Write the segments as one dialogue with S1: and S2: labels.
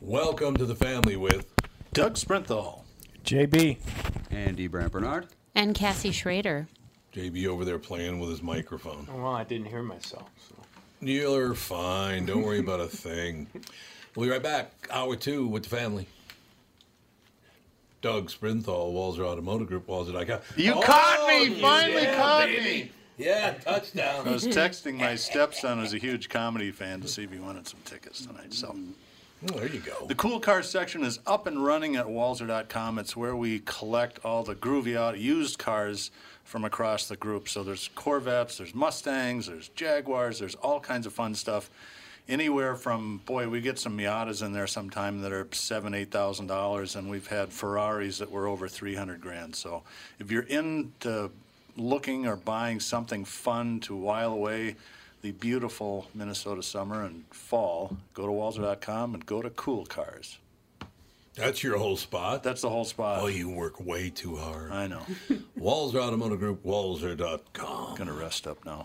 S1: Welcome to the family with Doug Sprinthal.
S2: JB.
S3: Andy Brant Bernard.
S4: And Cassie Schrader.
S1: JB over there playing with his microphone.
S2: Well, I didn't hear myself. So.
S1: You're fine. Don't worry about a thing. We'll be right back. Hour two with the family. Doug Sprinthal, Walzer Automotive Group, Walzer.
S5: You
S1: Oh.
S5: caught me! Finally caught me!
S1: Yeah, touchdown.
S5: I was texting my stepson, who's a huge comedy fan, to see if he wanted some tickets tonight. So
S1: Oh, there you go.
S5: the cool car section is up and running at Walzer.com. It's where we collect all the groovy out used cars from across the group. So there's Corvettes, there's Mustangs, there's Jaguars, there's all kinds of fun stuff. Anywhere from boy, we get some Miatas in there sometime that are seven, eight thousand dollars, and we've had Ferraris that were over three hundred grand. So if you're into looking or buying something fun to while away the beautiful Minnesota summer and fall, go to Walzer.com and go to Cool Cars.
S1: That's your whole spot.
S5: That's the whole spot.
S1: Oh, you work way too hard.
S5: I know.
S1: Walzer Automotive Group, Walzer.com.
S5: Gonna rest up now.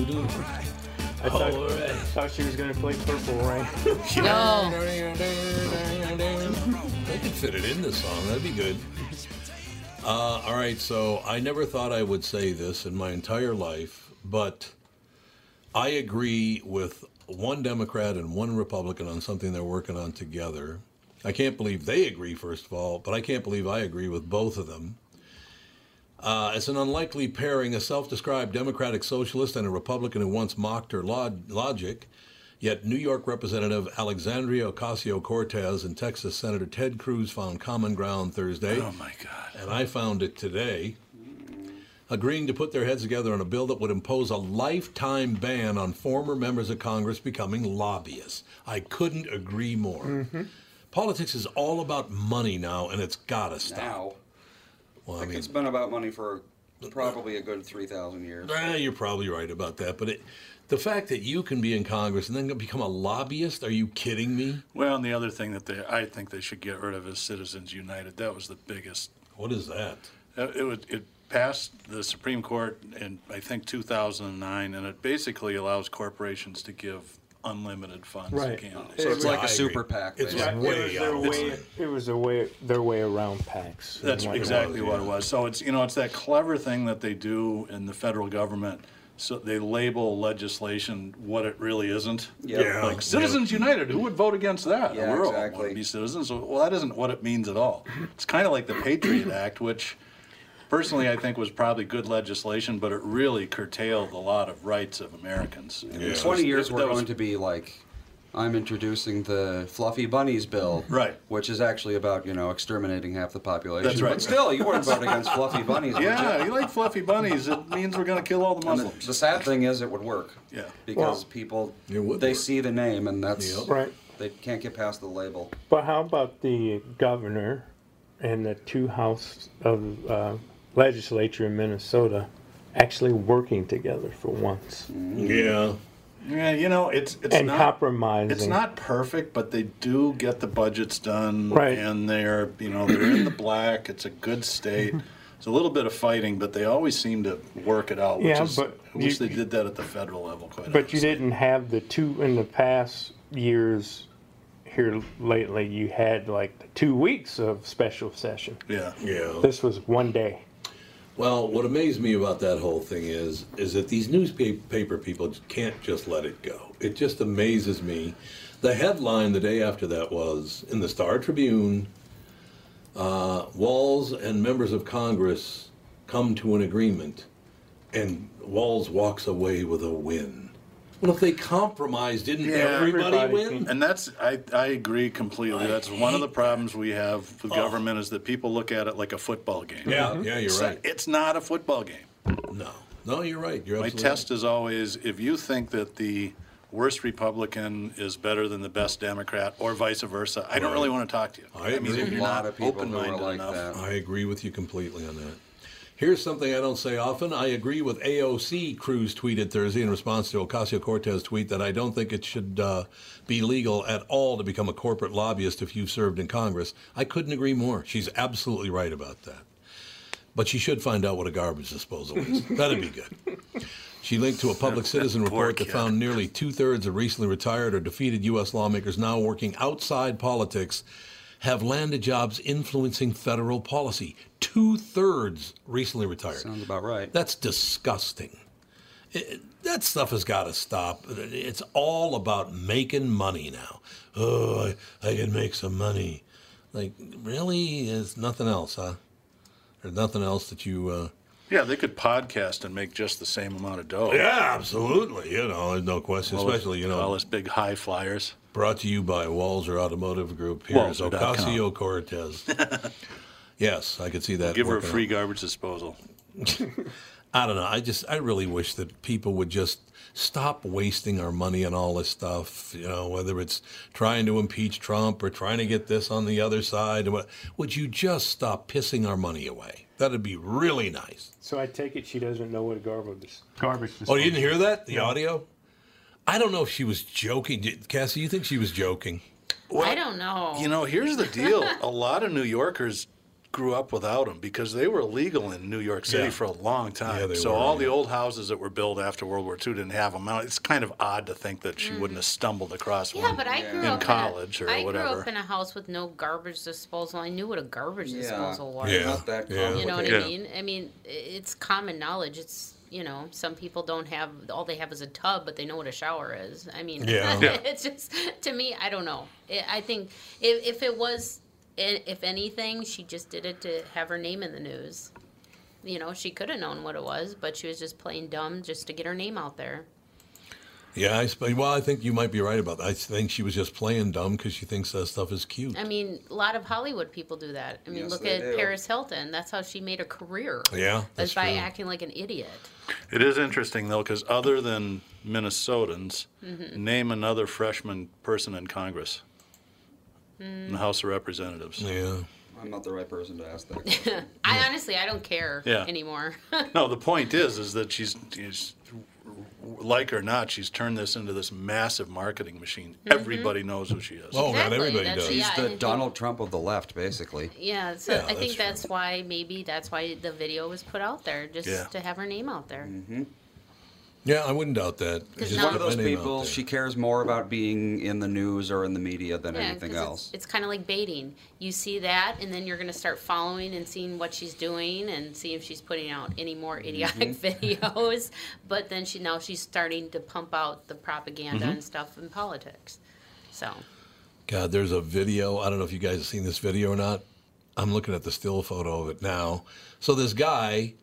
S2: I thought, thought she was going to play Purple Rain.
S4: No.
S1: I could fit it in this song. That'd be good. Uh, all right, so I never thought I would say this in my entire life, but I agree with one Democrat and one Republican on something they're working on together. I can't believe they agree, first of all, but I can't believe I agree with both of them. Uh, it's an unlikely pairing a self described Democratic socialist and a Republican who once mocked her log- logic. Yet New York Representative Alexandria Ocasio Cortez and Texas Senator Ted Cruz found common ground Thursday,
S5: Oh my God.
S1: and I found it today, agreeing to put their heads together on a bill that would impose a lifetime ban on former members of Congress becoming lobbyists. I couldn't agree more. Politics is all about money now, and it's got to stop.
S3: Now,
S1: Well, I
S3: like
S1: mean-
S3: it's been about money for probably a good 3,000 years.
S1: Ah, you're probably right about that, but it, the fact that you can be in Congress and then become a lobbyist, are you kidding me?
S5: Well, and the other thing that they, I think they should get rid of is Citizens United. That was the biggest. Uh,
S1: What is that?
S5: It, it, would- it passed the Supreme Court in, I think, 2009, and it basically allows corporations to give unlimited funds to
S2: Right.
S5: candidates.
S3: So it's like a super PAC.
S2: Yeah,
S3: basically.
S2: it was their way. It was their way. Their way around PACs.
S5: That's exactly what it was. So it's you know it's that clever thing that they do in the federal government. So they label legislation what it really isn't.
S3: Yeah. Yeah.
S5: Like Citizens United, who would vote against that?
S3: Yeah,
S5: We're all
S3: exactly.
S5: want to be citizens. Well, that isn't what it means at all. It's kind of like the Patriot Act, which personally I think was probably good legislation, but it really curtailed a lot of rights of Americans. And
S3: In
S5: this
S3: 20
S5: was-
S3: years,
S5: that
S3: we're
S5: was-
S3: going to be like, I'm introducing the Fluffy Bunnies bill.
S5: Right.
S3: Which is actually about, you know, exterminating half the population.
S5: That's right.
S3: But still, you weren't voting against Fluffy Bunnies. would you?
S5: Yeah, you like fluffy bunnies. It means we're going to kill all the
S3: And the,
S5: Muslims.
S3: the sad thing is, it would work.
S5: Yeah.
S3: Because
S2: Well,
S3: people, they
S1: it would work.
S3: see the name and that's,
S1: Yep.
S2: Right.
S3: they can't get past the label.
S2: But how about the governor and the two houses of uh, legislature in Minnesota actually working together for once
S1: Yeah.
S5: Yeah, you know, it's it's
S2: and
S5: not
S2: compromising?
S5: It's not perfect, but they do get the budgets done,
S2: Right.
S5: and they're you know they're in the black. It's a good state. It's a little bit of fighting, but they always seem to work it out. Which
S2: Yeah,
S5: is,
S2: but
S5: I wish
S2: you-
S5: they did that at the federal level. Quite
S2: But you
S5: honestly.
S2: didn't have the two in the past years. Here lately, you had like the two weeks of special session.
S5: Yeah,
S1: Yeah.
S2: This was one day.
S1: Well, what amazed me about that whole thing is is that these newspaper people can't just let it go. It just amazes me. The headline the day after that was in the Star Tribune: uh, Walls and members of Congress come to an agreement, and Walls walks away with a win. Well, if they compromise, didn't everybody,
S2: everybody
S1: win?
S5: And that's I, I agree completely. That's one of the problems we have with government is that people look at it like a football game.
S1: Oh. Yeah, yeah, you're
S5: It's-
S1: right.
S5: It's not a football game.
S1: No, no, you're right. You're
S5: My
S1: absolutely
S5: test is always if you think that the worst Republican is better than the best Democrat or vice versa, I don't really want to talk to you.
S1: I
S5: mean,
S1: agree.
S5: if
S3: A
S5: you're
S3: lot
S5: not
S3: of people who are
S5: open-minded
S3: like
S5: enough.
S3: that.
S1: I agree with you completely on that. Here's something I don't say often. I agree with AOC. Cruz tweeted Thursday in response to Ocasio Cortez tweet that I don't think it should uh, be legal at all to become a corporate lobbyist if you've served in Congress. I couldn't agree more. She's absolutely right about that. But she should find out what a garbage disposal is. That'd be good. She linked to a public citizen
S5: Poor
S1: report that
S5: kid.
S1: found nearly two thirds of recently retired or defeated U.S. lawmakers now working outside politics have landed jobs influencing federal policy. Two thirds recently retired.
S3: Sounds about right.
S1: That's disgusting. It- that stuff has got to stop. It's all about making money now. Oh, I, I can make some money. Like, really? There's nothing else, huh? There's nothing else that you. Uh,
S5: Yeah, they could podcast and make just the same amount of dough.
S1: yeah, absolutely. You know, there's no question.
S5: Oh. All this-
S1: Especially, you know,
S5: all this big high flyers.
S1: Brought to you by Walzer Automotive Group. Here's
S5: Walzer.com.
S1: Ocasio Cortez. yes, I could see that.
S5: Give her a
S1: working
S5: free
S1: out.
S5: garbage disposal.
S1: I don't know. I just, I really wish that people would just stop wasting our money on all this stuff. You know, whether it's trying to impeach Trump or trying to get this on the other side. or what- Would you just stop pissing our money away? That'd be really nice.
S2: So I take it she doesn't know what a garbage dis- garbage.
S1: Oh, you didn't hear that? The audio? I don't know if she was joking. Did- Cassie, you think she was joking?
S4: I don't know.
S5: You know, here's the deal. a lot of New Yorkers grew up without them because they were legal in New York City
S1: Yeah.
S5: for a long time.
S1: Yeah, they
S5: so
S1: were,
S5: all the
S1: yeah.
S5: old houses that were built after World War II didn't have them. It's kind of odd to think that she wouldn't have stumbled across
S4: Mm. yeah,
S5: one
S4: but I grew
S5: in
S4: up in a-
S5: college or
S4: I
S5: whatever.
S4: grew up in a house with no garbage disposal. I knew what a garbage
S3: Yeah.
S4: disposal was.
S1: Yeah.
S3: Not that
S1: Yeah.
S3: complicated.
S4: You know what
S5: Yeah.
S4: I mean? I mean, i- it's common knowledge. It's you know, some people don't have all they have is a tub, but they know what a shower is. I mean,
S1: Yeah. Yeah.
S4: it's just to me, I don't know. I I think if, if it was, i- if anything, she just did it to have her name in the news. You know, she could have known what it was, but she was just playing dumb just to get her name out there.
S1: Yeah, I sp- well, I think you might be right about that. I think she was just playing dumb because she thinks that stuff is cute.
S4: I mean, a lot of Hollywood people do that. I mean,
S3: Yes,
S4: look
S3: they
S4: at
S3: do.
S4: Paris Hilton. That's how she made a career.
S1: Yeah,
S4: was
S1: that's
S4: by
S1: true.
S4: acting like an idiot.
S5: It is interesting though, because other than Minnesotans,
S4: Mm-hmm.
S5: name another freshman person in Congress, in
S4: Mm.
S5: the House of Representatives.
S1: yeah.
S3: I'm not the right person to ask that. question.
S4: I honestly, I don't care
S5: Yeah.
S4: anymore.
S5: No, the point is, is that she's, she's like or not, she's turned this into this massive marketing machine. Everybody knows who she is.
S1: Oh, God, everybody
S4: Mm-hmm. that's-
S1: does.
S4: yeah,
S3: She's
S4: I
S3: the
S4: think-
S3: Donald Trump of the left, basically.
S4: Yeah, so
S1: Yeah,
S4: I think
S1: that's
S4: that's why maybe that's why the video was put out there just
S5: Yeah.
S4: to have her name out there.
S1: Mm-hmm. Yeah, I wouldn't doubt that.
S4: Because
S1: Just
S4: now-
S1: put
S3: One of those
S1: my name out
S3: people,
S1: there.
S3: she cares more about being in the news or in the media than
S4: Yeah, 'cause
S3: anything
S4: it's-
S3: else.
S4: It's, kind of like baiting. You see that, and then you're going to start following and seeing what she's doing and see if she's putting out any more
S3: Mm-hmm.
S4: idiotic videos. But then she now she's starting to pump out the propaganda
S3: Mm-hmm.
S4: and stuff in politics. So
S1: God, there's a video. I don't know if you guys have seen this video or not. I'm looking at the still photo of it now. So this guy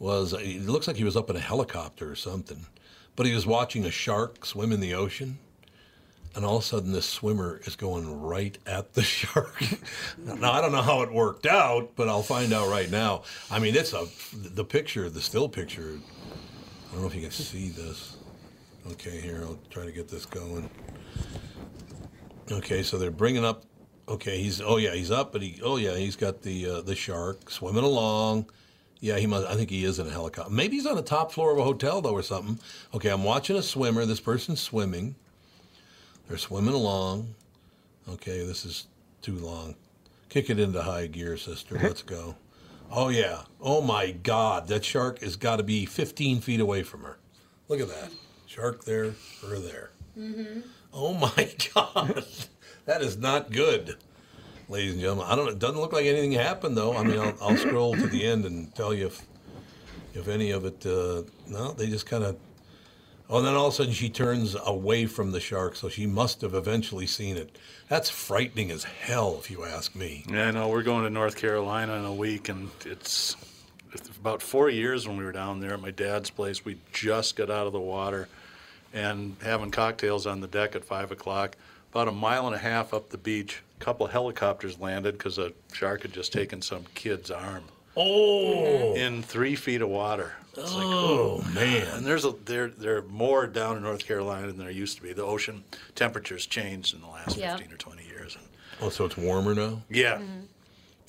S1: was, it looks like he was up in a helicopter or something, but he was watching a shark swim in the ocean. And all of a sudden, this swimmer is going right at the shark. now, I don't know how it worked out, but I'll find out right now. I mean, it's a, the picture, the still picture. I don't know if you can see this. Okay, here, I'll try to get this going. Okay, so they're bringing up. Okay, he's oh yeah, he's up, but he oh yeah, he's got the uh, the shark swimming along. Yeah, he must. I think he is in a helicopter. Maybe he's on the top floor of a hotel though, or something. Okay, I'm watching a swimmer. This person's swimming. They're swimming along. Okay, this is too long. Kick it into high gear, sister. Let's go. Oh yeah. Oh my God, that shark has got to be 15 feet away from her. Look at that shark there, her there.
S5: Mm-hmm.
S1: Oh my God, that is not good, ladies and gentlemen. I don't. It doesn't look like anything happened though. I mean, I'll, I'll scroll to the end and tell you if if any of it. Uh, no, they just kind of. Oh, and then all of a sudden she turns away from the shark, so she must have eventually seen it. That's frightening as hell, if you ask me.
S5: Yeah, no, we're going to North Carolina in a week, and it's, it's about four years when we were down there at my dad's place. We just got out of the water and having cocktails on the deck at five o'clock. About a mile and a half up the beach, a couple helicopters landed because a shark had just taken some kid's arm
S1: Oh,
S5: in three feet of water. It's like,
S1: oh man.
S5: and there's a there there are more down in North Carolina than there used to be. The ocean temperatures changed in the last
S4: Yeah.
S5: fifteen or twenty years. And
S1: Oh, so it's warmer now.
S5: yeah.
S4: Mm-hmm.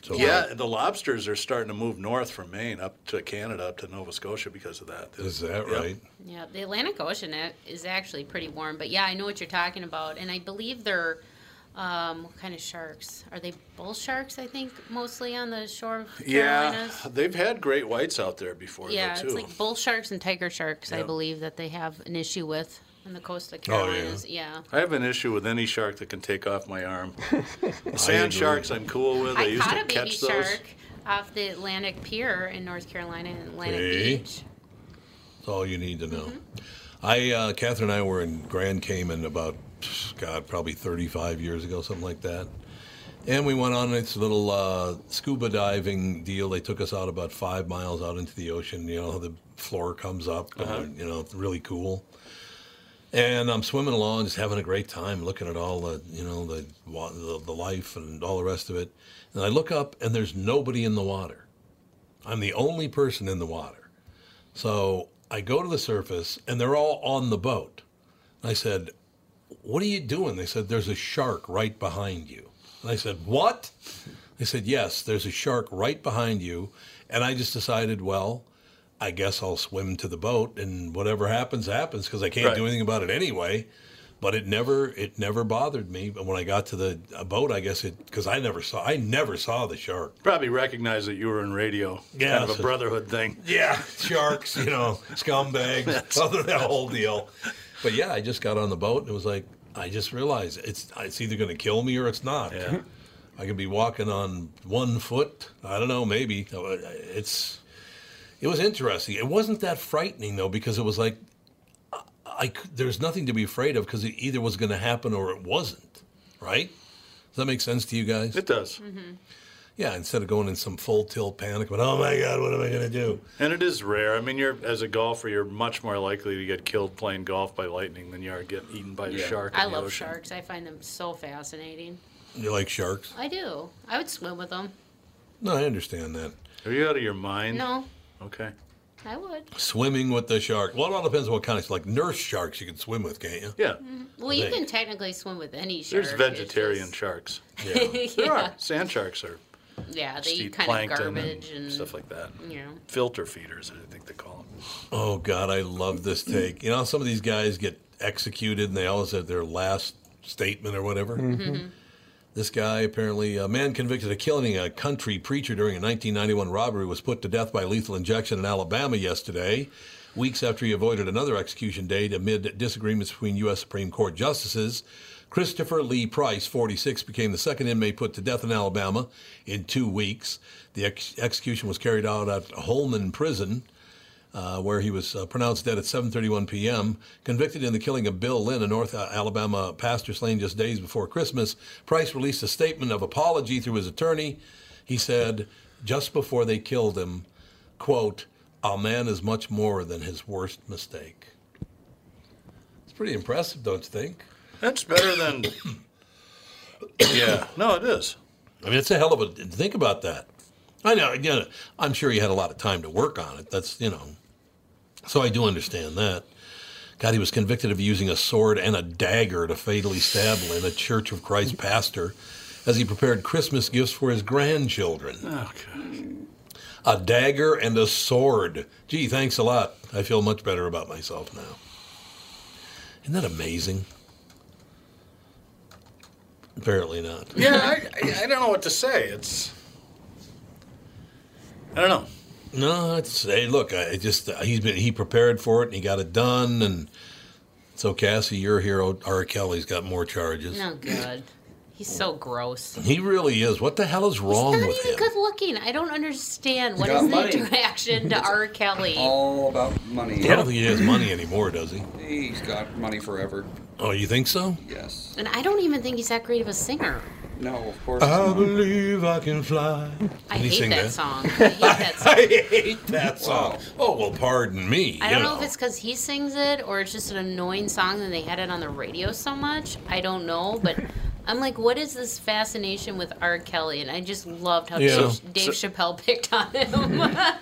S1: So
S5: Yeah, the lobsters are starting to move north from Maine up to Canada, up to Nova Scotia because of that.
S1: Is that
S5: Yep.
S1: right?
S4: yeah, the Atlantic Ocean a- is actually pretty warm. But yeah, I know what you're talking about, and I believe they're. Um, what kind of sharks are they? Bull sharks, I think, mostly on the shore of
S5: Yeah,
S4: Carolinas.
S5: they've had great whites out there before,
S4: Yeah,
S5: though,
S4: it's
S5: too.
S4: like bull sharks and tiger sharks. I
S5: Yeah.
S4: believe that they have an issue with on the coast of
S1: Oh, yeah.
S4: Carolinas. yeah.
S5: I have an issue with any shark that can take off my arm. Sand
S1: agree.
S5: sharks, I'm cool with. I,
S4: I
S5: used
S4: caught
S5: to
S4: a baby
S5: catch those.
S4: shark off the Atlantic Pier in North Carolina, in Atlantic
S1: See?
S4: Beach.
S1: That's all you need to know.
S4: Mm-hmm.
S1: I, uh, Catherine and I were in Grand Cayman about, God, probably 35 years ago, something like that. And we went on this little uh, scuba diving deal. They took us out about five miles out into the ocean. You know, the floor comes up, and, you know, it's really cool. And I'm swimming along, just having a great time, looking at all the, you know, the, wa- the, the life and all the rest of it. And I look up, and there's nobody in the water. I'm the only person in the water. So I go to the surface and they're all on the boat. And I said, What are you doing? They said, There's a shark right behind you. And I said, What? They said, Yes, there's a shark right behind you. And I just decided, Well, I guess I'll swim to the boat and whatever happens, happens because I can't
S5: Right.
S1: do anything about it anyway. But it never, it never bothered me. But when I got to the uh, boat, I guess it because I never saw, I never saw the shark.
S5: Probably recognized that you were in radio.
S1: Yeah,
S5: kind of
S1: so-
S5: a brotherhood thing.
S1: Yeah, sharks, you know, scumbags, other that whole deal. But yeah, I just got on the boat and it was like I just realized it's it's either going to kill me or it's not.
S5: Yeah.
S1: I could be walking on one foot. I don't know, maybe Uh, it's. It was interesting. It wasn't that frightening though because it was like, I- I, c- there's nothing to be afraid of because it either was going to happen or it wasn't, right? Does that make sense to you guys?
S5: It does.
S1: yeah. Instead of going in some full tilt panic, but oh my god, what am I going to do?
S5: And it is rare. I mean, you're as a golfer, you're much more likely to get killed playing golf by lightning than you are getting eaten by a
S3: Yeah.
S5: shark.
S4: I
S5: in the
S4: love
S5: ocean.
S4: sharks. I find them so fascinating.
S1: You like sharks?
S4: I do. I would swim with them.
S1: No, I understand that.
S5: Are you out of your mind?
S4: No,
S5: Okay.
S4: I would.
S1: Swimming with the shark. Well, it all depends on what kind of like nurse sharks you can swim with, can't you?
S5: Yeah.
S4: Mm-hmm. Well, you
S1: think.
S4: can technically swim with any shark.
S5: There's
S4: it's
S5: vegetarian
S4: just-
S5: sharks.
S1: Yeah.
S5: There
S4: yeah.
S5: are. Sand sharks are
S4: Yeah, they
S5: Steve
S4: eat kind of
S5: plankton
S4: garbage and,
S5: stuff like that.
S4: you know.
S5: Filter feeders, I think they call them.
S1: Oh God, I love this take. You know, how some of these guys get executed, and they always have their last statement or whatever. This guy apparently, a man convicted of killing a country preacher during a 1991 robbery, was put to death by lethal injection in Alabama yesterday, weeks after he avoided another execution date amid disagreements between U.S. Supreme Court justices. Christopher Lee Price, 46, became the second inmate put to death in Alabama in two weeks. The ex- execution was carried out at Holman Prison uh, where he was uh, pronounced dead at 7:31 p.m. Convicted in the killing of Bill Lynn, a North uh, Alabama pastor slain just days before Christmas, Price released a statement of apology through his attorney. He said, just before they killed him, "quote A man is much more than his worst mistake." It's pretty impressive, don't you think?
S5: That's better than. yeah, no, it is.
S1: I mean, it's a hell of a think about that. I know. Again, I'm sure he had a lot of time to work on it. That's you know, so I do understand that. God, he was convicted of using a sword and a dagger to fatally stab Lynn, a Church of Christ pastor, as he prepared Christmas gifts for his grandchildren.
S5: Oh, gosh.
S1: A dagger and a sword. Gee, thanks a lot. I feel much better about myself now. Isn't that amazing? Apparently not.
S5: Yeah, I, I, I don't know what to say. It's. I don't know.
S1: No, it's hey, look. I it just uh, he's been he prepared for it and he got it done, and so Cassie, your hero, R. Kelly's got more charges.
S4: Oh, God. He's so gross.
S1: He really is. What the hell is wrong
S4: He's not
S1: with
S4: even
S1: him?
S4: good looking. I don't understand. What
S3: got
S4: is the
S3: money.
S4: attraction to R. Kelly?
S3: All about money.
S1: I don't think he has money anymore, does he?
S3: He's got money forever.
S1: Oh, you think so?
S3: Yes.
S4: And I don't even think he's that great of a singer.
S3: No, of course.
S1: I
S3: not.
S1: believe I can fly.
S4: I
S1: Can he
S4: hate
S1: sing
S4: that,
S1: that?
S4: song. I hate that song.
S1: I hate that song.
S3: Wow.
S1: Oh well, pardon me.
S4: I
S1: you
S4: don't know if it's because he sings it or it's just an annoying song and they had it on the radio so much. I don't know, but I'm like, what is this fascination with R. Kelly? And I just loved how
S1: Yeah.
S4: Dave, Dave Chappelle picked on him.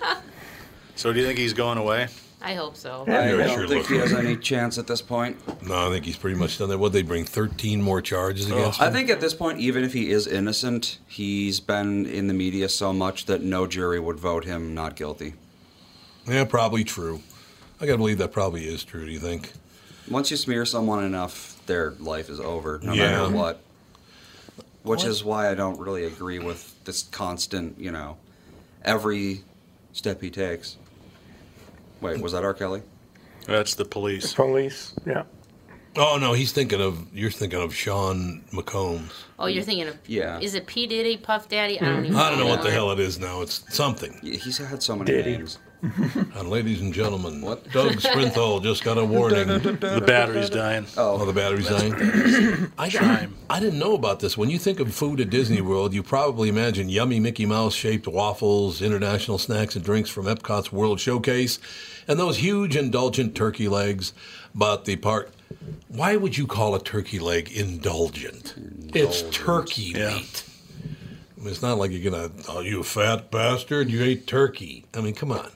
S5: So, do you think he's going away?
S4: I hope so.
S3: I
S1: Yeah,
S3: don't
S1: sure
S3: think he
S1: look.
S3: has any chance at this point.
S1: No, I think he's pretty much done that. What they bring thirteen more charges against
S3: Oh, I
S1: him.
S3: think at this point, even if he is innocent, he's been in the media so much that no jury would vote him not guilty.
S1: yeah, probably true. I gotta believe that probably is true. Do you think?
S3: Once you smear someone enough, their life is over, no
S1: Yeah.
S3: matter what. Which
S1: What?
S4: Mm-hmm.
S3: is why I don't really agree with this constant, you know, every step he takes. Wait, was that R. Kelly?
S5: That's the police.
S2: Police, yeah.
S1: Oh no, he's thinking of you're thinking of Sean McCombs. Mm-hmm.
S4: Oh, you're thinking of
S3: Yeah.
S4: Is it P Diddy, Puff Daddy? I don't even.
S1: Hmm. I don't know what the hell it is now. It's something.
S3: Y- He's had so many
S2: Did he?
S3: names.
S1: And ladies and gentlemen,
S3: What?
S1: Doug Sprinthal just got a warning.
S5: The battery's dying.
S1: Oh, the battery's dying. I, I,
S5: Chime.
S1: I didn't know about this. When you think of food at Disney World, you probably imagine yummy Mickey Mouse shaped waffles, international snacks and drinks from Epcot's World Showcase, and those huge indulgent turkey legs. But the part, why would you call a turkey leg indulgent? It's turkey
S5: Yeah.
S1: meat. I mean, it's not like you're gonna, oh, you fat bastard, you ate turkey. I mean, come on.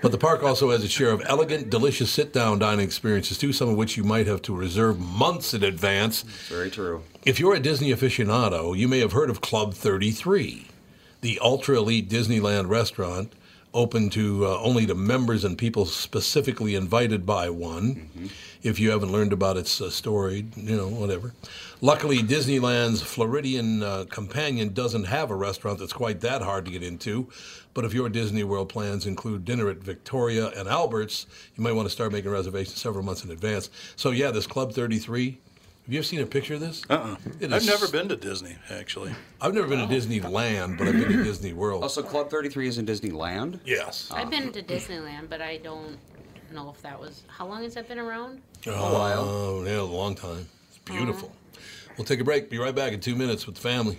S1: But the park also has its share of elegant, delicious sit-down dining experiences too, some of which you might have to reserve months in advance.
S3: Very true.
S1: If you're a Disney aficionado, you may have heard of Club 33, the ultra elite Disneyland restaurant open to uh, only to members and people specifically invited by one.
S5: Mm-hmm.
S1: If you haven't learned about its uh, story, you know, whatever. Luckily, Disneyland's Floridian uh, companion doesn't have a restaurant that's quite that hard to get into. But if your Disney World plans include dinner at Victoria and Albert's, you might want to start making reservations several months in advance. So, yeah, this Club 33. Have you ever seen a picture of this?
S5: Uh-uh.
S1: It
S5: I've
S1: is-
S5: never been to Disney, actually.
S1: I've never been to Disneyland, but I've been to Disney World.
S3: Also, Club 33 is in Ah. Disneyland?
S1: yes.
S4: I've been to Disneyland, but I don't know if that was. How long has that been around?
S3: while.
S1: Oh, yeah, a long time. It's beautiful.
S4: Uh-huh.
S1: We'll take a break. Be right back in two minutes with the family.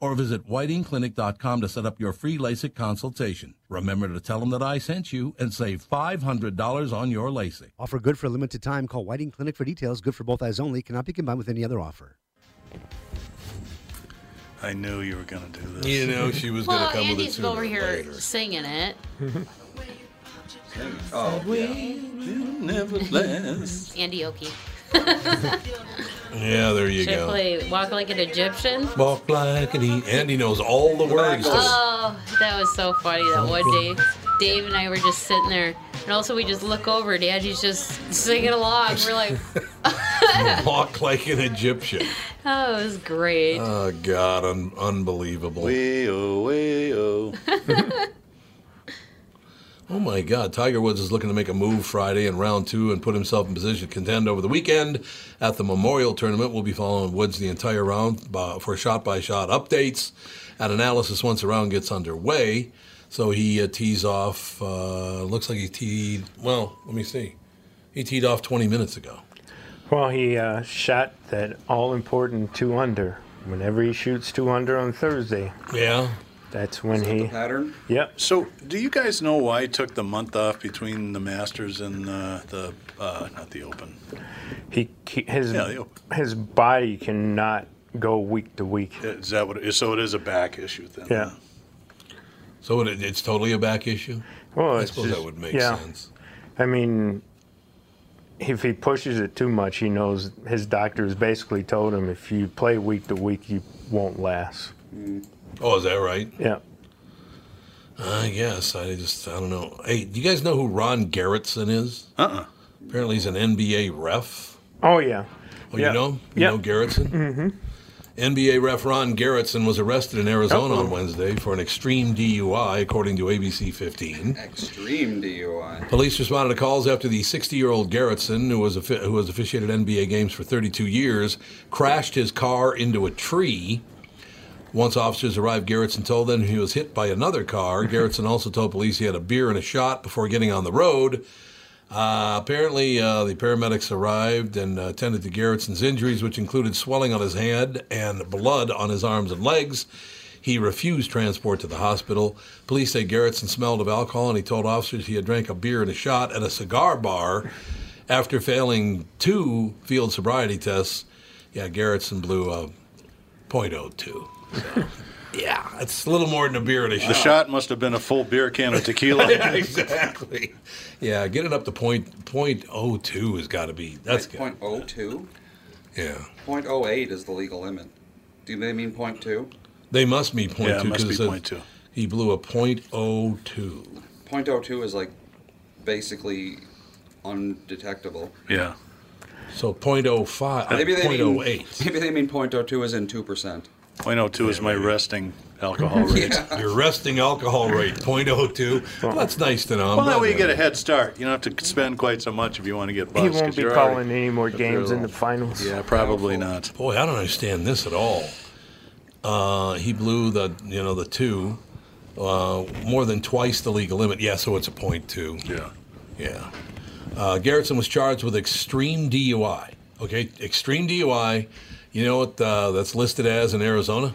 S6: or visit whitingclinic.com to set up your free LASIK consultation. Remember to tell them that I sent you and save $500 on your LASIK.
S7: Offer good for a limited time. Call Whiting Clinic for details. Good for both eyes only. Cannot be combined with any other offer.
S5: I knew you were going to do this.
S1: You know, she was
S4: Well,
S1: going to come
S4: Andy's
S1: with it sooner
S4: over
S1: or
S4: here
S1: later.
S4: singing it.
S3: Oh,
S5: Never last.
S4: Andy Oki.
S1: Yeah, there you
S4: Should I
S1: go.
S4: play Walk Like an Egyptian?
S1: Walk like an E. Andy knows all the words. to it.
S4: Oh, that was so funny that one day. Dave and I were just sitting there, and also we just look over, and Andy's just singing along. We're like,
S1: Walk like an Egyptian.
S4: oh, it was
S5: Uh,
S4: great.
S1: Oh God, un- unbelievable!
S5: Way-o, way-o.
S1: Oh my God, Tiger Woods is looking to make a move Friday in round two and put himself in position to contend over the weekend at the Memorial Tournament. We'll be following Woods the entire round uh, for shot by shot updates and analysis once the round gets underway. So he uh, tees off. Uh, looks like he teed. Well, let me see. He teed off 20 minutes ago.
S2: Well, he uh, shot that all important two under. Whenever he shoots two under on Thursday,
S1: Yeah,
S2: that's when
S3: the
S2: he.
S3: pattern.
S2: Yep.
S5: So, do you guys know why I took the month off between the Masters and uh, the, uh, not the Open?
S2: He ke- his
S5: Yeah, you-
S2: his body cannot go week to week.
S5: Is that what? It is? So it is a back issue then.
S2: Yeah.
S1: So it, it's totally a back issue.
S2: Well,
S1: I
S2: it's
S1: suppose
S2: just,
S1: that would make
S2: yeah.
S1: sense.
S2: I mean, if he pushes it too much, he knows his doctor has basically told him if you play week to week, you won't last.
S1: Oh, is that right?
S2: Yeah.
S1: I guess I just I don't know. Hey, do you guys know who Ron Garretson is?
S5: Uh. uh
S1: Apparently, he's an NBA ref.
S2: Oh yeah.
S1: Oh,
S2: Yeah.
S1: you know, him? you
S2: Yeah.
S1: know Garretson. Mm-hmm. NBA ref Ron Garretson was arrested in Arizona on Wednesday for an extreme DUI, according to ABC 15.
S3: Extreme DUI.
S1: Police responded to calls after the 60-year-old Garretson, who was offi- who has officiated NBA games for 32 years, crashed his car into a tree. Once officers arrived, Garretson told them he was hit by another car. Garretson also told police he had a beer and a shot before getting on the road. Uh, apparently, uh, the paramedics arrived and uh, attended to Garretson's injuries, which included swelling on his hand and blood on his arms and legs. He refused transport to the hospital. Police say Garrettson smelled of alcohol and he told officers he had drank a beer and a shot at a cigar bar after failing two field sobriety tests. Yeah, Garrettson blew a .02. So, yeah, it's a little more than a beer and a
S5: The
S1: shot.
S5: shot must have been a full beer can of tequila.
S1: Yeah, exactly. Yeah, get it up to point point oh two has got to be that's good.
S3: Point oh two.
S1: Yeah,
S3: Point oh eight is the legal limit. Do they mean point two?
S1: they must be point
S5: Yeah, it
S1: two
S5: must
S1: because
S5: be
S1: says
S5: point two.
S1: he blew a point oh two.
S3: Point oh two is like basically undetectable.
S5: yeah.
S1: So point oh five,
S3: Maybe they
S1: point
S3: mean
S1: oh eight. oh
S3: Maybe they mean point oh two is in two percent.
S5: 0.02 is my resting alcohol rate.
S1: Your resting alcohol rate point oh two. Well, that's nice to know. I'm
S5: Well, that
S1: glad
S5: way you
S1: they-
S5: get a head start. You don't have to spend quite so much if you want to get buzzed.
S2: He won't
S5: 'cause
S2: be
S5: you're
S2: calling
S5: already-
S2: any more games in
S5: all-
S2: the finals.
S5: Yeah, probably not.
S1: Boy, I don't understand this at all. Uh, he blew the you know the two. Uh, more than twice the legal limit. Yeah, so it's a point two.
S5: Yeah.
S1: Yeah. Uh, Garrettson was charged with extreme DUI. Okay, extreme DUI. You know what uh, that's listed as in Arizona?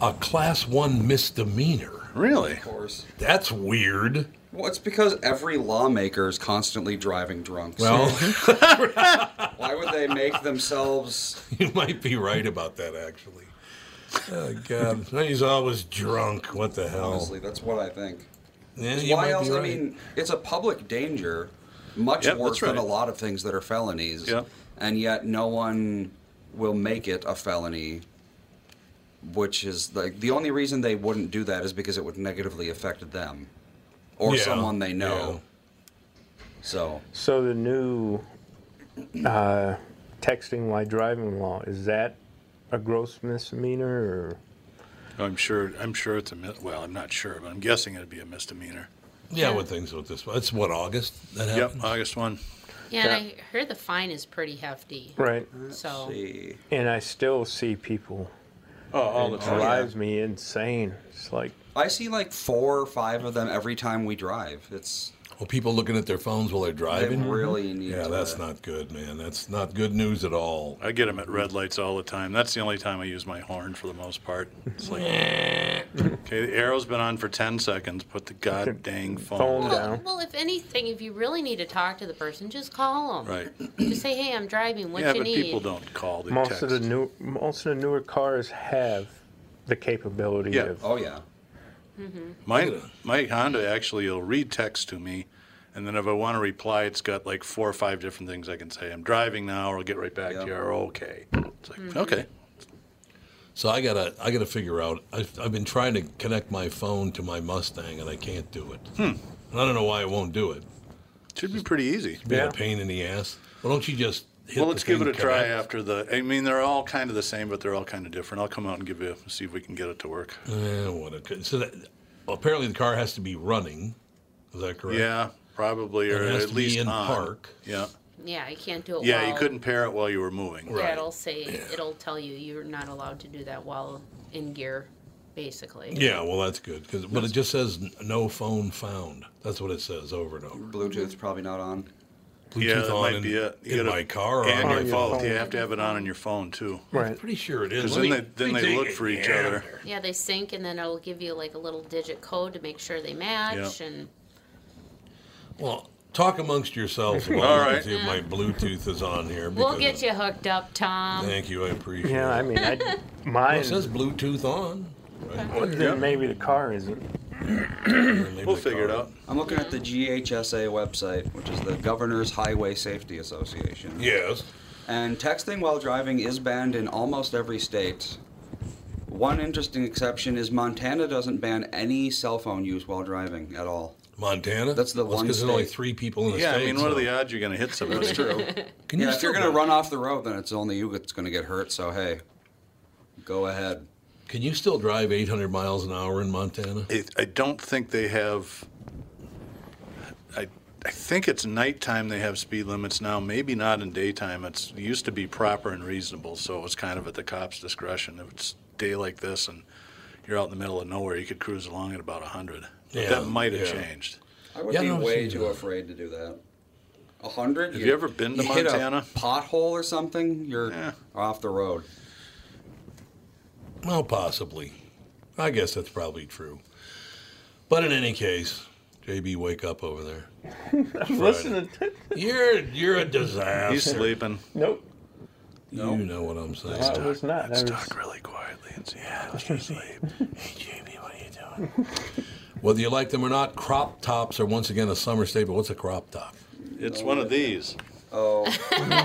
S1: A class one misdemeanor.
S5: Really? Of
S3: course.
S1: That's weird.
S3: Well, it's because every lawmaker is constantly driving drunk. so
S1: Well,
S3: why would they make themselves?
S1: you might be right about that, actually. Oh, God. He's always drunk. What the hell?
S3: Honestly, that's what I think.
S1: Yeah,
S3: 'Cause
S1: you might
S3: why
S1: be
S3: else?
S1: right.
S3: I mean, it's a public danger, much
S5: Yep,
S3: worse
S5: that's
S3: than a
S5: right.
S3: lot of things that are felonies.
S5: Yep.
S3: And yet, no one will make it a felony. Which is like the only reason they wouldn't do that is because it would negatively affect them, or
S5: Yeah,
S3: someone they know. So
S2: So the new uh, texting while driving law is that a gross misdemeanor or?
S5: I'm sure. I'm sure it's a mi- well. I'm not sure, but I'm guessing it'd be a misdemeanor.
S1: Yeah, I would think so. At this, it's what August that
S5: Yep,
S1: happened.
S5: August one.
S4: Yeah, and I heard the fine is pretty hefty.
S2: Right.
S4: So
S2: And I still see people.
S3: Oh, all the
S2: It
S3: time.
S2: drives me insane. It's like
S3: I see like four or five of them every time we drive. It's
S1: Well, people looking at their phones while they're driving. Mm-hmm.
S3: really need
S1: Yeah,
S3: to-
S1: that's not good, man. That's not good news at all.
S5: I get them at red lights all the time. That's the only time I use my horn for the most part. It's like, okay, the arrow's been on for ten seconds. Put the god dang phone,
S2: Phone
S5: down.
S4: Well, if anything, if you really need to talk to the person, just call them.
S5: Right.
S4: Just say, "Hey, I'm driving. What
S5: yeah,
S4: you
S5: but
S4: need?"
S5: people don't call. They
S2: most
S5: text.
S2: of the new most of the newer cars have the capability
S5: Yeah.
S2: of
S3: oh yeah.
S5: My my Honda actually will read text to me, and then if I want to reply, it's got like four or five different things I can say. I'm driving now, or I'll get right back
S3: Yeah.
S5: to you. Or okay. It's like okay.
S1: So I gotta, I gotta figure out. I've, I've been trying to connect my phone to my Mustang, and I can't do it.
S5: Hmm.
S1: And I don't know why it won't do it.
S5: Should be pretty easy.
S1: It's being a pain in the ass. Why don't you just? Hit
S5: Well,
S1: the
S5: let's give it
S1: thing
S5: a try
S1: connect?
S5: after the. I mean, they're all kind of the same, but they're all kind of different. I'll come out and give you see if we can get it to work.
S1: Eh, what a good. So that, well, apparently the car has to be running. Is that correct?
S5: Yeah, probably,
S1: It
S5: or
S1: has
S5: at
S1: to be
S5: least
S1: in
S5: on.
S1: park.
S5: Yeah,
S4: Yeah, you can't do it.
S5: yeah,
S4: while,
S5: you couldn't pair it while you were moving.
S4: Yeah, it'll say it'll tell you you're not allowed to do that while in gear, basically.
S1: Yeah, well, that's good. 'cause- but it just says n- no phone found. That's what it says over and over.
S3: Bluetooth's probably not on.
S1: Bluetooth
S5: yeah, that
S1: on
S5: might
S1: in,
S5: be it. You
S1: in
S5: gotta-
S1: my car or
S5: and
S1: on
S5: your
S1: my
S5: phone.
S1: phone.
S5: You have to have it on in your phone too.
S1: I'm pretty sure it is.
S5: Because
S1: Let
S5: then
S1: me-
S5: they then
S1: let me
S5: they
S1: take
S5: look
S1: it.
S5: for each
S1: Yeah.
S5: other.
S4: Yeah, they sync, and then it'll give you like a little digit code to make sure they match. And
S1: Well, talk amongst yourselves. About
S5: All
S1: All right.
S5: right.
S1: See if my Bluetooth is on here.
S4: we'll
S1: because-
S4: get you hooked up, Tom.
S1: Thank you. I appreciate
S2: yeah.
S1: it.
S2: I mean, I
S1: Well,
S2: mine.
S1: it says Bluetooth on.
S2: But then maybe the car isn't.
S5: We'll figure it out.
S3: I'm looking at the GHSA website, which is the Governor's Highway Safety Association.
S1: Yes.
S3: And texting while driving is banned in almost every state. One interesting exception is Montana doesn't ban any cell phone use while driving at all.
S1: Montana.
S3: That's the one
S1: Because there's only
S3: state.
S1: three people in the
S5: Yeah, I
S1: state.
S5: mean, what are
S1: so-
S5: the odds you're gonna hit somebody?
S3: That's true.
S1: Can you
S3: yeah, if
S1: still
S3: you're going to
S1: go-
S3: run off the road, then it's only you that's going to get hurt. So hey, go ahead.
S1: Can you still drive 800 miles an hour in Montana?
S5: It, I don't think they have. I I think it's nighttime they have speed limits now. Maybe not in daytime. It's it used to be proper and reasonable, so it was kind of at the cop's discretion. If it's a day like this and you're out in the middle of nowhere, you could cruise along at about hundred.
S1: Yeah,
S5: that might have
S1: yeah.
S5: changed.
S3: I would
S1: Yeah,
S3: be
S1: no,
S3: way
S1: she's
S3: too
S1: not.
S3: afraid to do that. A hundred?
S5: Have you ever been to
S3: hit a
S5: Montana?
S3: pothole or something? You're
S5: Yeah.
S3: off the road.
S1: Well, possibly. I guess that's probably true. But in any case, JB, wake up over there.
S2: I'm listening.
S1: You're you're a
S5: He's
S1: disaster.
S5: sleeping.
S2: Nope.
S1: You know what I'm saying.
S2: I was not. I
S5: Let's
S2: was-
S5: talk really quietly and see how you sleep. Hey, Jamie, what are you doing?
S1: Whether you like them or not, crop tops are once again a summer staple. What's a crop top?
S5: It's one of these.
S3: Oh,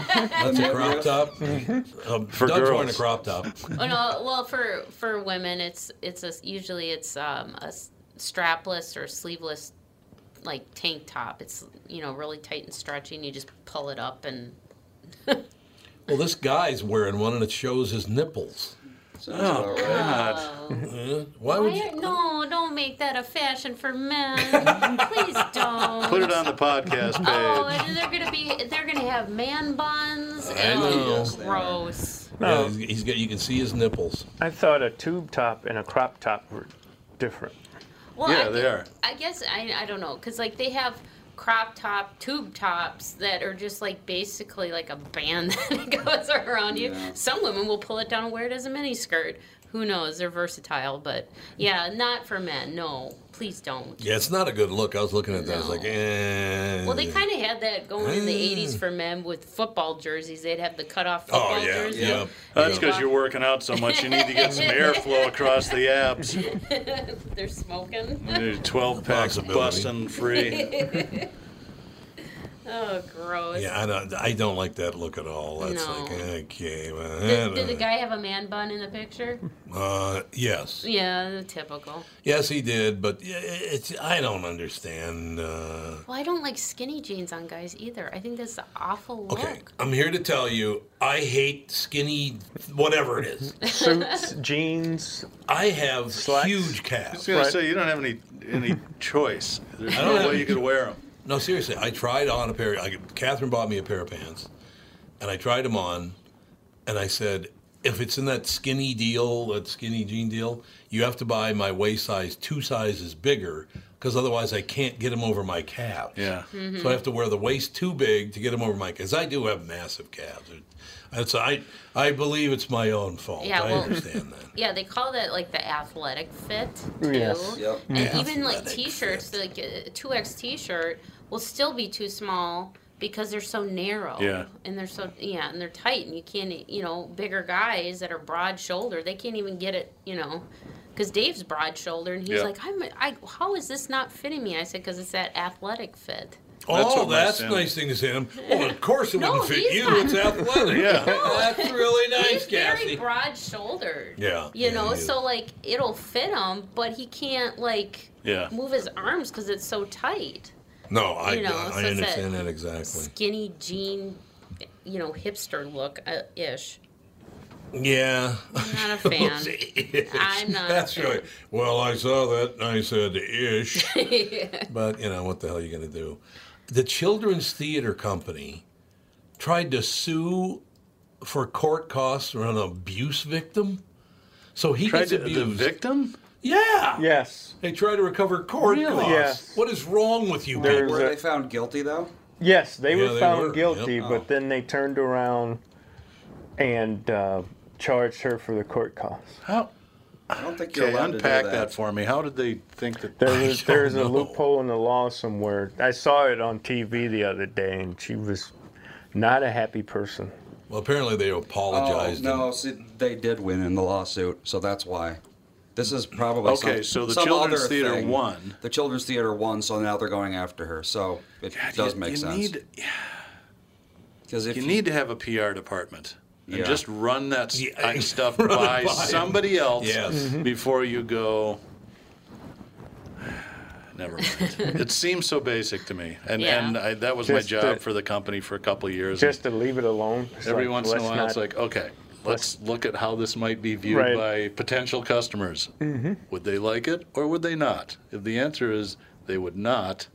S1: That's a crop top.
S4: Mm-hmm.
S1: Um,
S5: For
S1: Doug's wearing a
S5: girls.
S1: crop top.
S4: Oh no! Well, for for women, it's it's a, usually it's um, a s- strapless or sleeveless like tank top. It's you know really tight and stretchy, and you just pull it up and
S1: Well, this guy's wearing one, and it shows his nipples.
S5: Oh,
S3: Sounds about right.
S1: Yeah? Why would Oh, you?
S4: no, don't make that a fashion for men. Please don't.
S5: Put it on the podcast page.
S4: Oh, and they're gonna be they're gonna have man buns.
S1: I know.
S4: Oh, gross.
S1: Yeah, he's, he's got. You can see his nipples.
S2: I thought a tube top and a crop top were different.
S4: Well,
S5: Yeah,
S4: I
S5: they
S4: gue-
S5: are.
S4: I guess I, I don't know because like they have crop top tube tops that are just like basically like a band that goes around you.
S8: Yeah.
S4: Some women will pull it down and wear it as a mini skirt. Who knows? They're versatile, but yeah, not for men. No, please don't.
S1: Yeah, it's not a good look. I was looking at that. I was like, eh.
S4: Well, they kind of had that going in the
S1: Mm. Oh,
S4: '80s for men with football jerseys. They'd have the cutoff football
S1: yeah,
S4: jerseys.
S1: yeah.
S5: That's
S4: Yeah.
S5: because you're working out so much. You need to get some airflow across the abs.
S4: They're smoking.
S5: You need 12 packs of busting free.
S4: oh, gross.
S1: Yeah, I don't. I don't like that look at all. That's
S4: No.
S1: like okay. Well,
S4: Did, did the guy have a man bun in the picture?
S1: Uh, yes,
S4: Yeah, typical.
S1: yes, he did. But yeah, it's. I don't understand. Uh,
S4: Well, I don't like skinny jeans on guys either. I think that's an awful look.
S1: okay, I'm here to tell you, I hate skinny, whatever it is.
S2: Suits, jeans.
S1: I have huge calves.
S5: I was going to say, you don't have any any choice. There's
S1: I don't
S5: no
S1: have-
S5: way you could wear them.
S1: No, seriously, I tried on a pair. I, Catherine bought me a pair of pants, and I tried them on, and I said, if it's in that skinny deal, that skinny jean deal, you have to buy my waist size two sizes bigger, because otherwise I can't get them over my calves.
S5: Yeah.
S8: Mhm.
S1: So I have to wear the waist too big to get them over my calves. I do have massive calves. It- That's I. I believe it's my own fault.
S4: Yeah,
S1: I
S4: well,
S1: understand that.
S4: Yeah, they call that like the athletic fit too.
S1: Yes. Yep.
S4: And
S1: Yeah.
S4: even like
S1: Athletic
S4: t-shirts, like a two X t-shirt will still be too small because they're so narrow.
S8: Yeah.
S4: And they're so yeah, and they're tight, and you can't you know bigger guys that are broad shoulder, they can't even get it you know. Because Dave's broad shoulder, and he's
S1: Yeah.
S4: like, "I'm, I, how is this not fitting me?" I said, "Because it's that athletic fit."
S1: oh,
S8: what my
S1: that's
S8: son-
S1: nice thing to say to him. Well, of course it
S4: No,
S1: wouldn't fit
S4: he's
S1: you.
S4: not.
S1: It's athletic.
S8: Yeah.
S1: that's really nice,
S4: He's very
S1: Cassie.
S4: broad shouldered.
S1: Yeah,
S4: You
S1: yeah,
S4: know,
S1: he is.
S4: so like it'll fit him, but he can't like
S1: Yeah.
S4: move his arms because it's so tight.
S1: No, I,
S4: you know,
S1: I
S4: so it's
S1: understand
S4: that
S1: that exactly.
S4: Skinny jean, you know, hipster look uh, ish.
S1: Yeah.
S4: Not a fan. I'm not a
S1: That's
S4: fan.
S1: right. Well, I saw that and I said, ish.
S4: yeah.
S1: but, you know, what the hell are you going to do? The Children's Theater Company tried to sue for court costs for an abuse victim. So he
S5: Tried
S1: gets
S5: to- the
S1: abused.
S5: victim?
S1: Yeah.
S2: Yes.
S1: They try to recover court
S5: Really?
S1: costs.
S2: Yes.
S1: What is wrong with you
S2: There's
S1: people?
S2: Were a- they
S3: found guilty though?
S2: Yes, they
S1: Yeah,
S2: were
S1: they
S2: found
S1: were,
S2: guilty,
S1: yep.
S2: but then they turned around and uh, charged her for the court costs.
S5: How?
S3: I don't think you're
S5: Okay,
S3: allowed to do
S5: unpack
S3: that.
S5: that. for me. How did they think that?
S2: There was there is a loophole in the law somewhere. I saw it on TV the other day, and she was not a happy person.
S1: Well, apparently they apologized.
S3: Oh, no, see, they did win in the lawsuit, so that's why. This is probably
S5: Okay,
S3: Oh, some-
S5: so the
S3: some
S5: Children's
S3: other
S5: Theater
S3: thing.
S5: won.
S3: The Children's Theater won, so now they're going after her. So it does
S5: you-
S3: make
S5: you
S3: sense.
S5: need-
S3: Because if
S5: you need to have a PR department and
S3: Yeah.
S5: just run that s-
S3: Yeah.
S5: stuff
S3: Run it
S5: by,
S3: by 'em.
S5: somebody else
S3: Yes.
S2: Mm-hmm.
S3: Mhm.
S5: before you go. Never mind. it seems so basic to me, and
S2: Yeah.
S5: and I, that was
S2: Just
S5: my job
S2: to-
S5: for the company for a couple of years.
S2: Just to leave it alone. It's
S5: Every
S2: like,
S5: once in a
S2: let's
S5: while, it's
S2: not-
S5: like, okay, let's look at how this might be viewed
S2: Right.
S5: by potential customers.
S2: Mhm.
S5: Would they like it or would they not? If the answer is they would not,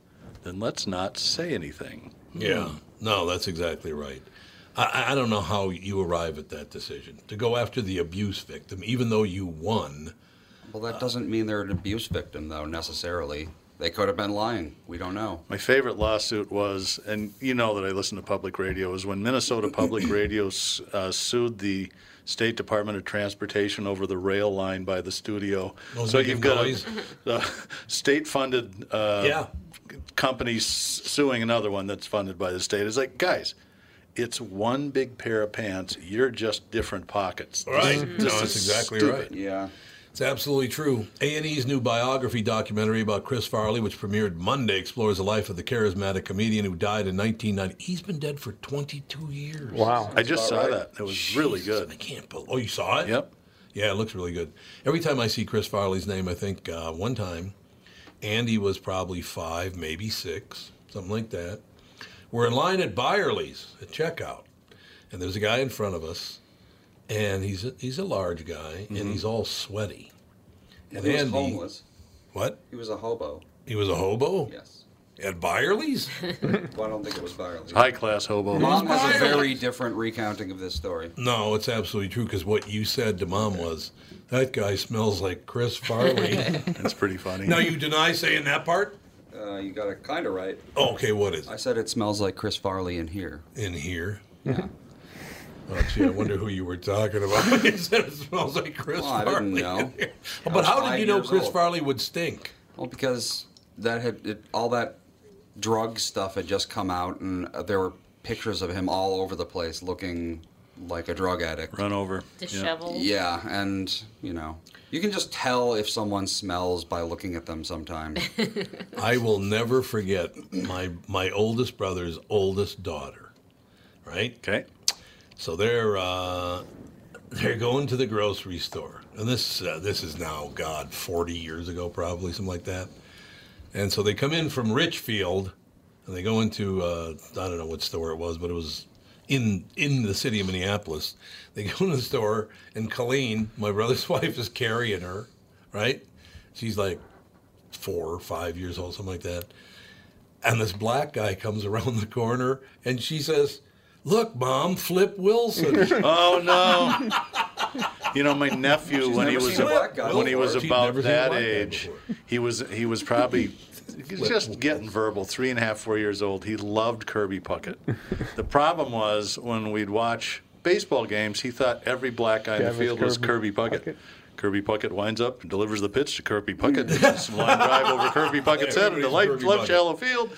S5: then let's not say anything.
S1: Yeah, no, that's exactly right. I, I- I don't know how you arrive at that decision to go after the abuse victim, even though you won.
S3: Well, that doesn't mean they're an abuse victim, though, necessarily. They could have been lying. We don't know.
S5: My favorite lawsuit was, and you know that I listen to public radio, is when Minnesota Public Radio s- uh, sued the State Department of Transportation over the rail line by the studio.
S1: Those
S5: so
S1: making
S5: you've got
S1: noise.
S5: a, a state-funded uh,
S1: Yeah.
S5: company s- suing another one that's funded by the state. It's like, guys, it's one big pair of pants. You're just different pockets. This-
S1: Right?
S5: this
S1: No,
S5: is
S1: that's exactly
S5: stupid.
S1: right. Yeah, it's absolutely true. A and E's new biography documentary about Chris Farley, which premiered Monday, explores the life of the charismatic comedian who died in 1990. He's been dead for 22 years.
S5: I just saw that. It was really good. I
S1: can't believe. Oh, you saw it?
S5: Yep.
S1: Yeah, it looks really good. Every time I see Chris Farley's name, I think uh, one time Andy was probably five, maybe six, something like that. We're in line at Byerly's at checkout, and there's a guy in front of us, and he's a, he's a large guy, and
S5: Mm-hmm.
S1: he's all sweaty. And
S3: he was
S1: Andy,
S3: homeless.
S1: What?
S3: He was a hobo.
S1: He was a hobo?
S3: Yes.
S1: At Byerly's?
S3: well, I don't think it was Byerly's.
S5: High class hobo.
S3: Mom has a very different recounting of this story.
S1: No, it's absolutely true because what you said to mom was that guy smells like Chris Farley.
S5: That's pretty funny.
S1: No, you deny saying that part? Oh,
S3: Uh, you got it kind of right.
S1: okay, what is it?
S3: I said it smells like Chris Farley in here.
S1: In here? Oh, gee, I wonder who you were talking about. He said it smells like Chris
S3: Well, I
S1: Farley.
S3: didn't know. I
S1: But
S3: was
S1: how
S3: five
S1: did you know
S3: years
S1: Chris
S3: old.
S1: Farley would stink?
S3: Well, because that had it, all that drug stuff had just come out, and uh, there were pictures of him all over the place, looking like a drug addict.
S5: Run over.
S4: Disheveled.
S3: Yeah, and you know, you can just tell if someone smells by looking at them sometimes.
S1: I will never forget my my oldest brother's oldest daughter. Right?
S5: Okay.
S1: So they're uh, they're going to the grocery store, and this uh, this is now God forty years ago, probably something like that. And so they come in from Richfield, and they go into uh, I don't know what store it was, but it was in in the city of Minneapolis. They go into the store, and Colleen, my brother's wife, is carrying her. Right? She's like four or five years old, something like that. And this black guy comes around the corner, and she says, "Look, mom, Flip Wilson."
S5: Oh no! You know, my nephew
S3: She's
S5: when he
S3: never
S5: was
S3: seen a
S5: about,
S3: black guy
S5: when he was
S1: before. She's
S5: about
S1: never seen a
S5: that
S1: black guy
S5: age, he was he was probably he was just getting verbal, three and a half, four years old. He loved Kirby Puckett. The problem was when we'd watch baseball games, he thought every black guy in the
S2: That was
S5: field was Kirby
S2: Kirby
S5: Puckett.
S2: Puckett.
S5: Kirby Puckett winds up and delivers the pitch to Kirby Puckett. Some line drive over Kirby Puckett's head into
S1: Everybody's
S5: light,
S1: Kirby Puckett.
S5: left shallow field.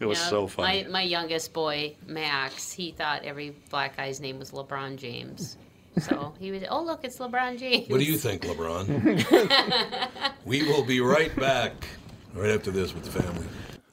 S5: It was
S4: Yeah,
S5: so funny.
S4: My, my youngest boy, Max, he thought every black guy's name was LeBron James. So he was, oh, look, it's LeBron James.
S1: What do you think, LeBron? we will be right back, right after this with the family.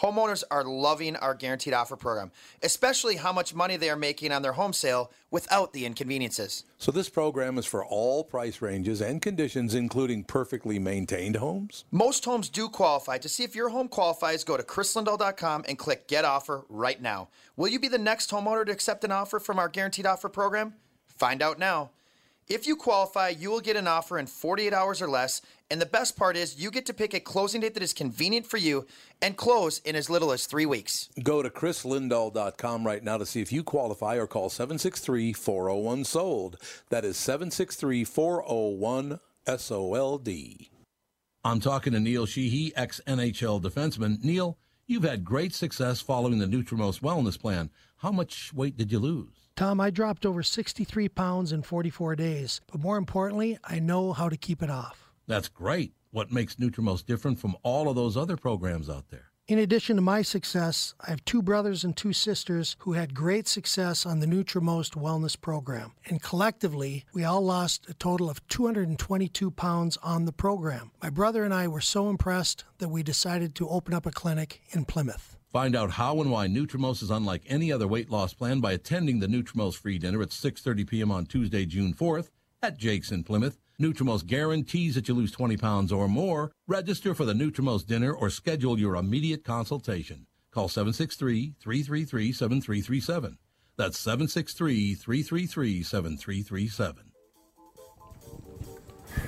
S8: Homeowners are loving our Guaranteed Offer program, especially how much money they are making on their home sale without the inconveniences.
S6: So, this program is for all price ranges and conditions, including perfectly maintained homes.
S8: Most homes do qualify. To see if your home qualifies, go to chrislindahl.com and click Get Offer right now. Will you be the next homeowner to accept an offer from our Guaranteed Offer program? Find out now. If you qualify, you will get an offer in 48 hours or less. And the best part is, you get to pick a closing date that is convenient for you and close in as little as three weeks.
S6: Go to chrislindahl.com right now to see if you qualify or call 763 401 SOLD. That is 763 401 SOLD.
S1: I'm talking to Neil Sheehy, ex NHL defenseman. Neil, you've had great success following the Nutrimost Wellness Plan. How much weight did you lose?
S9: Tom, I dropped over 63 pounds in 44 days, but more importantly, I know how to keep it off.
S1: That's great. What makes Nutrimost different from all of those other programs out there?
S9: In addition to my success, I have two brothers and two sisters who had great success on the Nutrimost Wellness Program. And collectively, we all lost a total of 222 pounds on the program. My brother and I were so impressed that we decided to open up a clinic in Plymouth.
S1: Find out how and why Nutrimos is unlike any other weight loss plan by attending the Nutrimos free dinner at 6:30 p.m. on Tuesday, June 4th at Jake's in Plymouth. Nutrimos guarantees that you lose 20 pounds or more. Register for the Nutrimos dinner or schedule your immediate consultation. Call 763-333-7337. That's 763-333-7337.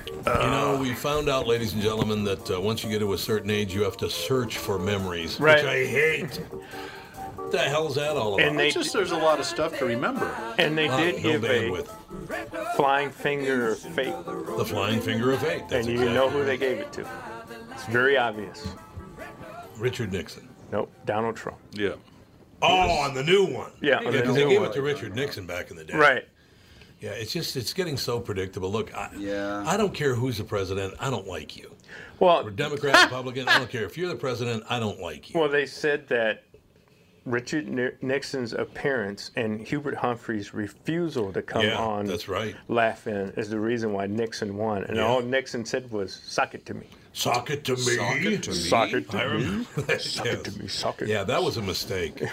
S1: You know, we found out, ladies and gentlemen, that uh, once you get to a certain age, you have to search for memories,
S2: Right.
S1: which I hate. What the hell's that all about?
S2: And they
S5: It's just there's a lot of stuff to remember.
S2: and they
S1: Ah,
S2: did
S1: no
S2: give a
S1: bandwidth.
S2: flying finger fake,
S1: the flying finger of fate. That's
S2: and you
S1: exactly
S2: know who
S1: right.
S2: they gave it to. It's very obvious.
S1: Richard Nixon.
S2: Nope, Donald Trump.
S5: Yeah.
S1: Oh, on the new one.
S2: Yeah, on
S1: because
S2: the
S1: they
S2: new
S1: gave
S2: one.
S1: it to Richard Nixon back in the day.
S2: Right.
S1: Yeah, it's just it's getting so predictable. Look, I,
S3: Yeah.
S1: I don't care who's the president. I don't like you.
S2: Well,
S1: We're Democrat, Republican. I don't care if you're the president. I don't like you.
S2: Well, they said that Richard Ni- Nixon's appearance and Hubert Humphrey's refusal to come
S1: Yeah,
S2: on
S1: that's right.
S2: Laugh In is the reason why Nixon won. And
S1: Yeah.
S2: all Nixon said was, suck it to me.
S1: Sock it to me.
S3: Sock it to me.
S2: Suck it to
S1: I
S2: me.
S1: remember that.
S2: Suck it to
S1: yes.
S2: me. Suck it.
S1: Yeah, that was a mistake.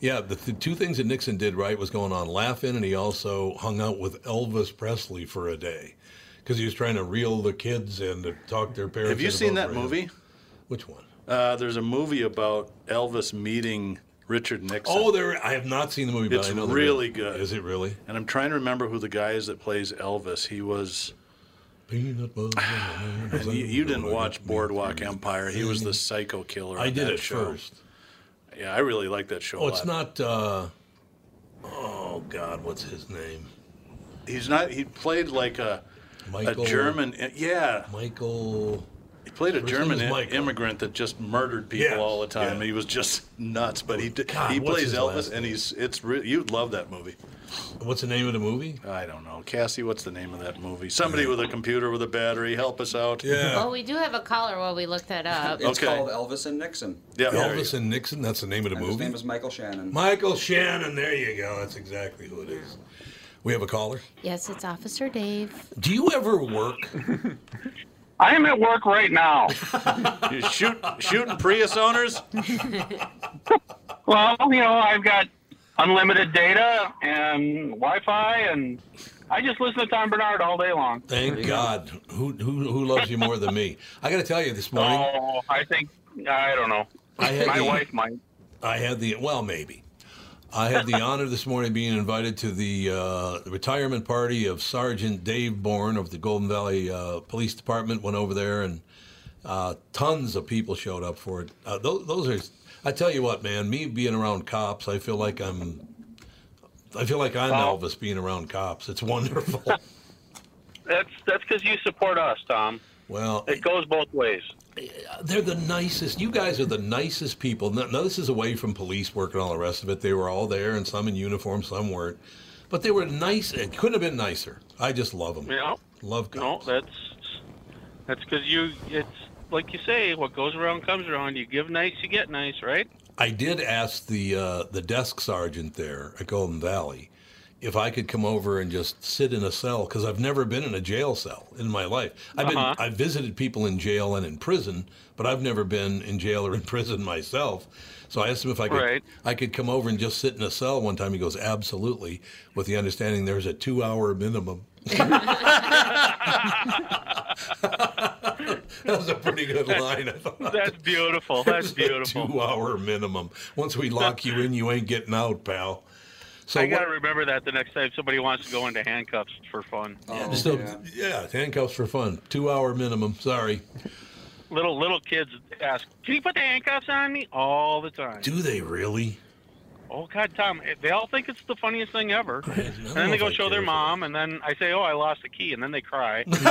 S1: Yeah, the th- two things that Nixon did right was going on laughing, and he also hung out with Elvis Presley for a day because he was trying to reel the kids in to talk their parents.
S5: Have you
S1: into
S5: seen
S1: voting
S5: that
S1: for him.
S5: movie?
S1: Which one?
S5: Uh, there's a movie about Elvis meeting Richard Nixon.
S1: Oh, there. I have not seen the movie, but
S5: It's
S1: I know the
S5: really
S1: movie.
S5: good.
S1: Is it really?
S5: And I'm trying to remember who the guy is that plays Elvis. He was.
S1: Peanut butter.
S5: And you, you didn't watch Boardwalk Empire. He was the psycho killer.
S1: I
S5: on
S1: did
S5: that
S1: it
S5: show.
S1: first.
S5: Yeah, I really like that show.
S1: Oh,
S5: a
S1: it's
S5: lot.
S1: not. uh Oh God, what's his name?
S5: He's not. He played like a
S1: Michael-
S5: a German. uh, Yeah,
S1: Michael.
S5: He played a
S1: First name
S5: German
S1: is
S5: i-
S1: Michael.
S5: immigrant that just murdered people
S1: Yeah,
S5: all the time.
S1: yeah.
S5: He was just nuts. But he did,
S1: God,
S5: he
S1: what's
S5: plays
S1: his last
S5: Elvis, and he's it's re- you'd love that movie.
S1: What's the name of the movie?
S5: I don't know, Cassie. What's the name of that movie? Somebody with a computer with a battery, help us out.
S4: Well, we do have a caller while we look that up.
S3: It's called Elvis and Nixon.
S5: Yeah, there you
S1: Elvis and Nixon. That's the name of the
S3: And
S1: movie.
S3: his name is Michael Shannon.
S1: Michael Shannon. There you go. That's exactly who it is. We have a caller.
S4: Yes, it's Officer Dave.
S1: Do you ever work?
S10: I am at work right now.
S5: you shoot shooting Prius owners.
S10: Well, you know, I've got unlimited data and Wi-Fi, and I just listen to Tom Bernard all day long.
S1: Thank God. Who, who who loves you more than me? I got to tell you this morning.
S10: Oh, I think I don't know.
S1: I had
S10: My
S1: the-
S10: wife might.
S1: I had the well, maybe. I had the honor this morning of being invited to the uh, retirement party of Sergeant Dave Bourne of the Golden Valley uh, Police Department. Went over there, and uh, tons of people showed up for it. Uh, those, those are, I tell you what, man. Me being around cops, I feel like I'm. I feel like I'm
S10: Wow.
S1: Elvis being around cops. It's wonderful.
S10: That's that's because you support us, Tom.
S1: Well,
S10: it goes both ways.
S1: They're the nicest. You guys are the nicest people. Now, now this is away from police work and all the rest of it. They were all there, and some in uniform, some weren't. But they were nice. It couldn't have been nicer. I just love them.
S10: Yeah.
S1: Love God.
S10: No, that's that's because you. It's like you say, what goes around comes around. You give nice, you get nice, right?
S1: I did ask the uh, the desk sergeant there at Golden Valley if I could come over and just sit in a cell because I've never been in a jail cell in my life. I've
S10: Uh-huh.
S1: been I've visited people in jail and in prison, but I've never been in jail or in prison myself. So I asked him if I could
S10: Right.
S1: I could come over and just sit in a cell one time. He goes, "Absolutely," with the understanding there's a two hour minimum. that was a pretty good line. I thought.
S10: That's beautiful. That's
S1: There's a
S10: beautiful.
S1: two-hour minimum. Once we lock you in, you ain't getting out, pal. So
S10: I
S1: what-
S10: gotta remember that the next time somebody wants to go into handcuffs for fun.
S1: so- Oh, yeah, handcuffs for fun. Two-hour minimum. Sorry.
S10: Little little kids ask, "Can you put the handcuffs on me?" All the time.
S1: Do they really?
S10: Oh God, Tom! They all think it's the funniest thing ever, and
S1: know
S10: then they
S1: if
S10: go
S1: I
S10: show
S1: care
S10: their
S1: for
S10: mom, and then I say, "Oh, I lost the key," and then they cry.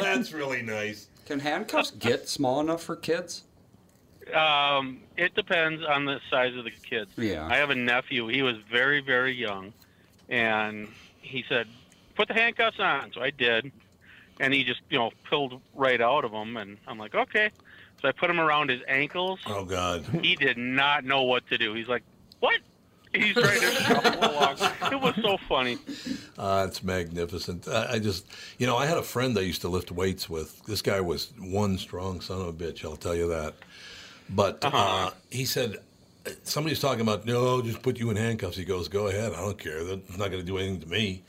S1: That's really nice.
S3: Can handcuffs get small enough for kids?
S10: Um, it depends on the size of the kids.
S3: Yeah.
S10: I have a nephew. He was very, very young, and he said, "Put the handcuffs on." So I did, and he just, you know, pulled right out of them, and I'm like, "Okay." So I put him around his ankles.
S1: Oh God.
S10: He did not know what to do. He's like, "What?" He's trying to shuffle along. It was so funny.
S1: Uh, it's magnificent. I, I just, you know, I had a friend I used to lift weights with. This guy was one strong son of a bitch. I'll tell you that. But
S10: Uh-huh.
S1: uh he said somebody was talking about no, just put you in handcuffs. He goes, go ahead. I don't care. That's not going to do anything to me.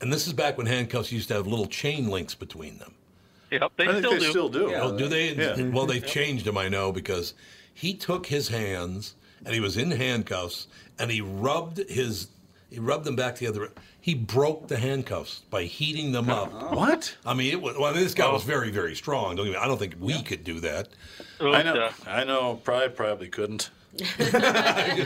S1: And this is back when handcuffs used to have little chain links between them.
S10: Yep, they
S5: I think
S10: still
S5: they
S10: do.
S5: still do. Yeah,
S1: oh, do they?
S5: yeah.
S1: Well, they've changed them, I know, because he took his hands and he was in handcuffs and he rubbed his he rubbed them back together. He broke the handcuffs by heating them up.
S5: Oh. What?
S1: I mean, it was. Well, this guy was
S10: Oh.
S1: very, very strong. Don't even, I don't think we could do that.
S5: I
S10: uh,
S5: know. I know. Probably probably couldn't.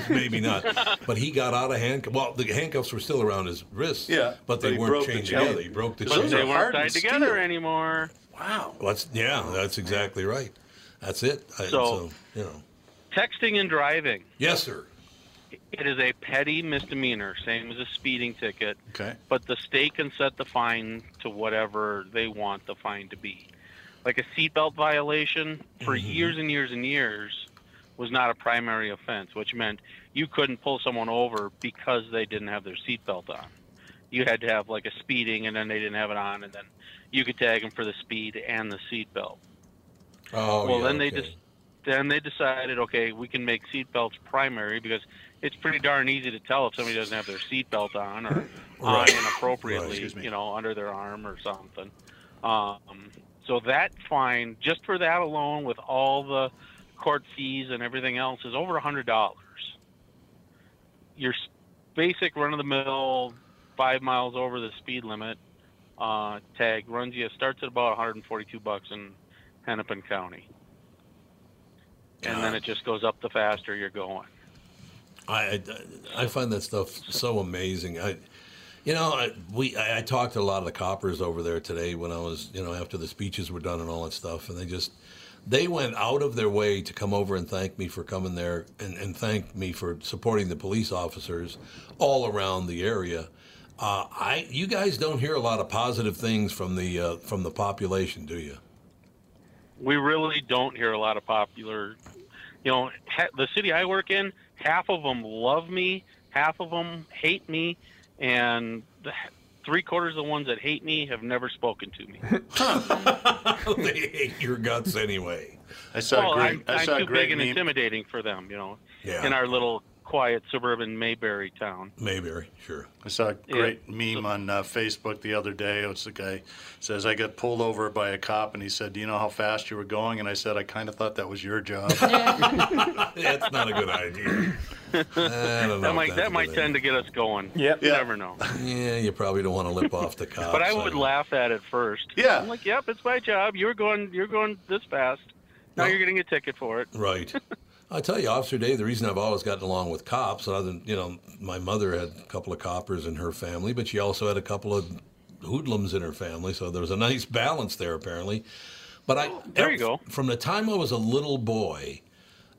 S1: Maybe not. But he got out of handcuffs. Well, the handcuffs were still around his wrists.
S5: Yeah,
S1: but they
S5: but he
S1: weren't
S5: broke the
S1: chained
S5: chain.
S1: together. He broke the
S5: But
S1: chain.
S5: those
S10: They
S5: are
S10: weren't
S5: hard and
S10: tied together
S5: steel.
S10: anymore.
S5: Wow.
S1: Well, that's- yeah, that's exactly right. That's it. I,
S10: So-
S1: so you know,
S10: Texting and driving.
S1: yes, sir.
S10: It is a petty misdemeanor, same as a speeding ticket.
S5: Okay.
S10: But the state can set the fine to whatever they want the fine to be. Like a seatbelt violation for
S1: Mm-hmm.
S10: years and years and years was not a primary offense, which meant you couldn't pull someone over because they didn't have their seatbelt on. You had to have like a speeding, and then they didn't have it on, and then you could tag them for the speed and the seatbelt
S1: Oh,
S10: well,
S1: yeah,
S10: then they
S1: okay.
S10: just then they decided, okay, we can make seatbelts primary because it's pretty darn easy to tell if somebody doesn't have their seatbelt on or on
S1: Right. Right.
S10: inappropriately,
S1: Excuse me.
S10: you know, under their arm or something. Um, so that fine, just for that alone, with all the court fees and everything else, is over a hundred dollars. your s- basic run of the mill five miles over the speed limit uh, tag runs you starts at about 142 bucks in Hennepin County, and then it just goes up the faster you're going.
S1: I, I I find that stuff so amazing. I, you know, I, we I, I talked to a lot of the coppers over there today when I was, you know, after the speeches were done and all that stuff, and they just they went out of their way to come over and thank me for coming there and, and thank me for supporting the police officers all around the area. Uh, I you guys don't hear a lot of positive things from the uh, from the population, do you?
S10: we really don't hear a lot of popular. You know, ha- the city I work in, half of them love me, half of them hate me, and the, three quarters of the ones that hate me have never spoken to me.
S1: they hate your guts anyway.
S5: I saw a
S10: well,
S5: great-
S10: I'm,
S5: I
S10: I'm
S5: saw a
S10: too
S5: great
S10: big and
S5: meme.
S10: intimidating for them, you know,
S5: Yeah.
S10: in our little quiet suburban Mayberry town.
S1: Mayberry, sure.
S5: I saw a great meme on uh, Facebook the other day. It's the guy says I got pulled over by a cop, and he said, "Do you know how fast you were going?" And I said, "I kind of thought that was your job."
S1: That's not a good idea. know
S10: that
S1: if
S10: might
S1: that's a
S10: that might
S1: good
S10: tend to get us going.
S5: Yep.
S10: You never know.
S1: Yeah, you probably don't want to lip off the cops.
S10: But I would laugh at it first.
S5: Yeah.
S10: I'm like, yep, it's my job. You're going, you're going this fast. Now you're getting a ticket for it.
S1: Right. I tell you, Officer Dave, the reason I've always gotten along with cops, other than, you know, my mother had a couple of coppers in her family, but she also had a couple of hoodlums in her family, so there was a nice balance there, apparently. But I, there you go. From the time I was a little boy,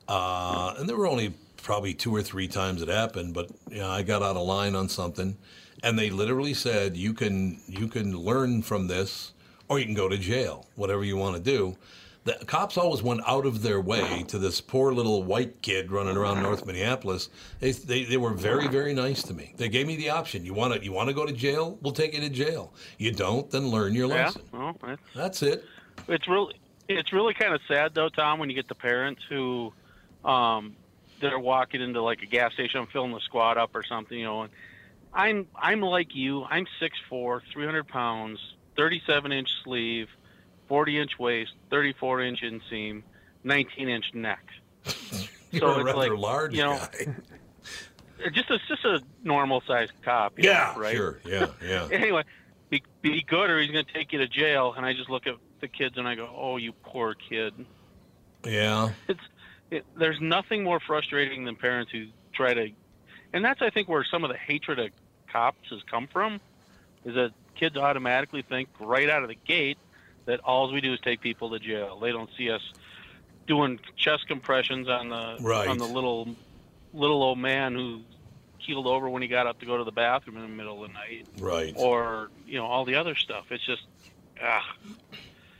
S1: uh, and there were only probably two or three times it happened, but you know, I got out of line on something, and they literally said, "You can you can learn from this, or you can go to jail, whatever you want to do." The cops always went out of their way to this poor little white kid running around North Minneapolis. They, they, they were very very nice to me. They gave me the option: you want to you want to go to jail? We'll take you to jail. You don't, then learn your
S10: Yeah.
S1: lesson.
S10: Well, that's,
S1: that's it.
S10: It's really it's really kind of sad though, Tom, when you get the parents who um, they're walking into like a gas station, I'm filling the squad up or something, you know. And I'm I'm like you. I'm 6'4", 300 pounds, thirty seven inch sleeve, forty inch waist, thirty four inch inseam, nineteen inch neck.
S1: You're
S10: so
S1: a
S10: it's
S1: rather
S10: like,
S1: large
S10: you know,
S1: guy.
S10: Just a just a normal sized cop. you
S1: Yeah,
S10: know, right.
S1: sure, yeah, yeah.
S10: anyway, be, be good or he's going to take you to jail. And I just look at the kids and I go, oh, you poor kid.
S1: Yeah.
S10: It, there's nothing more frustrating than parents who try to, and that's I think where some of the hatred of cops has come from, is that kids automatically think right out of the gate that all we do is take people to jail. They don't see us doing chest compressions on the
S1: Right.
S10: on the little little old man who keeled over when he got up to go to the bathroom in the middle of the night
S1: Right.
S10: or you know all the other stuff. It's just, ah.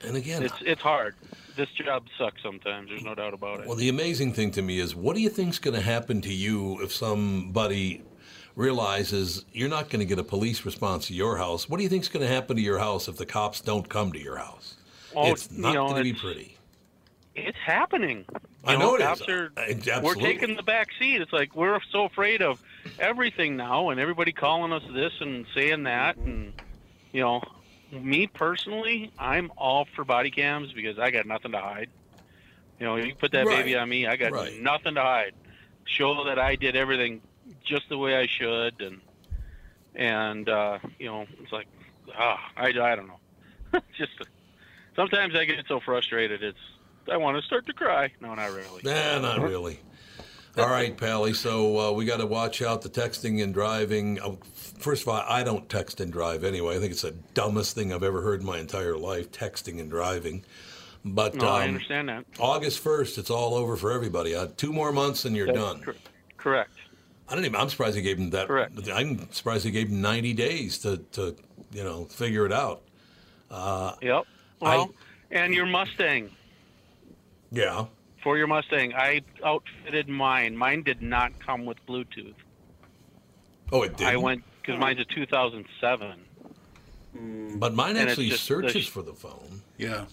S1: And again,
S10: it's it's hard. This job sucks sometimes. There's no doubt about it.
S1: Well, the amazing thing to me is, what do you think's going to happen to you if somebody realizes you're not going to get a police response to your house? What do you think's going to happen to your house if the cops don't come to your house?
S10: Oh,
S1: it's
S10: you
S1: not
S10: know,
S1: going to be
S10: it's-
S1: pretty.
S10: It's happening.
S1: I
S10: You
S1: know it is.
S10: cops Are,
S1: I-
S10: we're
S1: absolutely.
S10: taking the back seat. It's like we're so afraid of everything now, and everybody calling us this and saying that, and you know, me personally, I'm all for body cams because I got nothing to hide. You know, you put that
S11: Right.
S10: baby on me, I got
S11: Right.
S10: nothing to hide. Show that I did everything just the way I should, and and uh, you know, it's like, ah, I, I don't know. just sometimes I get so frustrated, it's I want to start to cry. No, not really.
S1: Nah, not really. All right, Pally. So uh, we got to watch out the texting and driving. Uh, first of all, I don't text and drive anyway. I think it's the dumbest thing I've ever heard in my entire life: texting and driving. But
S10: No, I
S1: um,
S10: understand that.
S1: August 1st, it's all over for everybody. Uh, two more months and you're
S10: That's
S1: done.
S10: cor- correct.
S1: I don't even, I'm surprised they gave him that. Correct. I'm surprised they gave him 90 days to, to you know, figure it out. Uh,
S10: Yep. Well, and your Mustang
S1: yeah.
S10: for your Mustang, I outfitted mine. Mine did not come with Bluetooth.
S1: Oh, it did.
S10: I went because mine's a 2007.
S1: But mine
S10: and it's
S1: actually
S10: just the
S1: searches
S10: sh-
S1: for the phone.
S5: Mm. Yeah.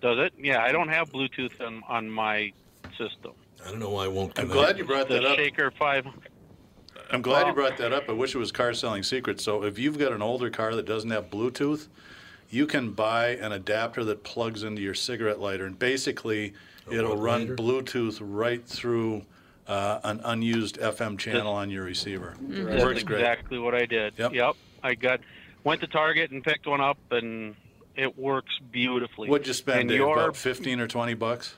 S10: Does it? Yeah, I don't have Bluetooth on, on my system.
S1: I don't know why I won't.
S5: I'm glad you brought
S10: the
S5: that up.
S10: Shaker Five.
S5: I'm glad
S10: Well-
S5: you brought that up. I wish it was car selling secrets. So if you've got an older car that doesn't have Bluetooth, you can buy an adapter that plugs into your cigarette lighter, and basically it'll run Bluetooth right through uh, an unused FM channel on your receiver.
S10: Mhm.
S5: It
S10: That's
S5: works great.
S10: exactly what I did. Yep. I got went to Target and picked one up, and it works beautifully.
S5: What'd you spend?
S10: And
S5: Dave?
S10: your
S5: About fifteen or twenty bucks?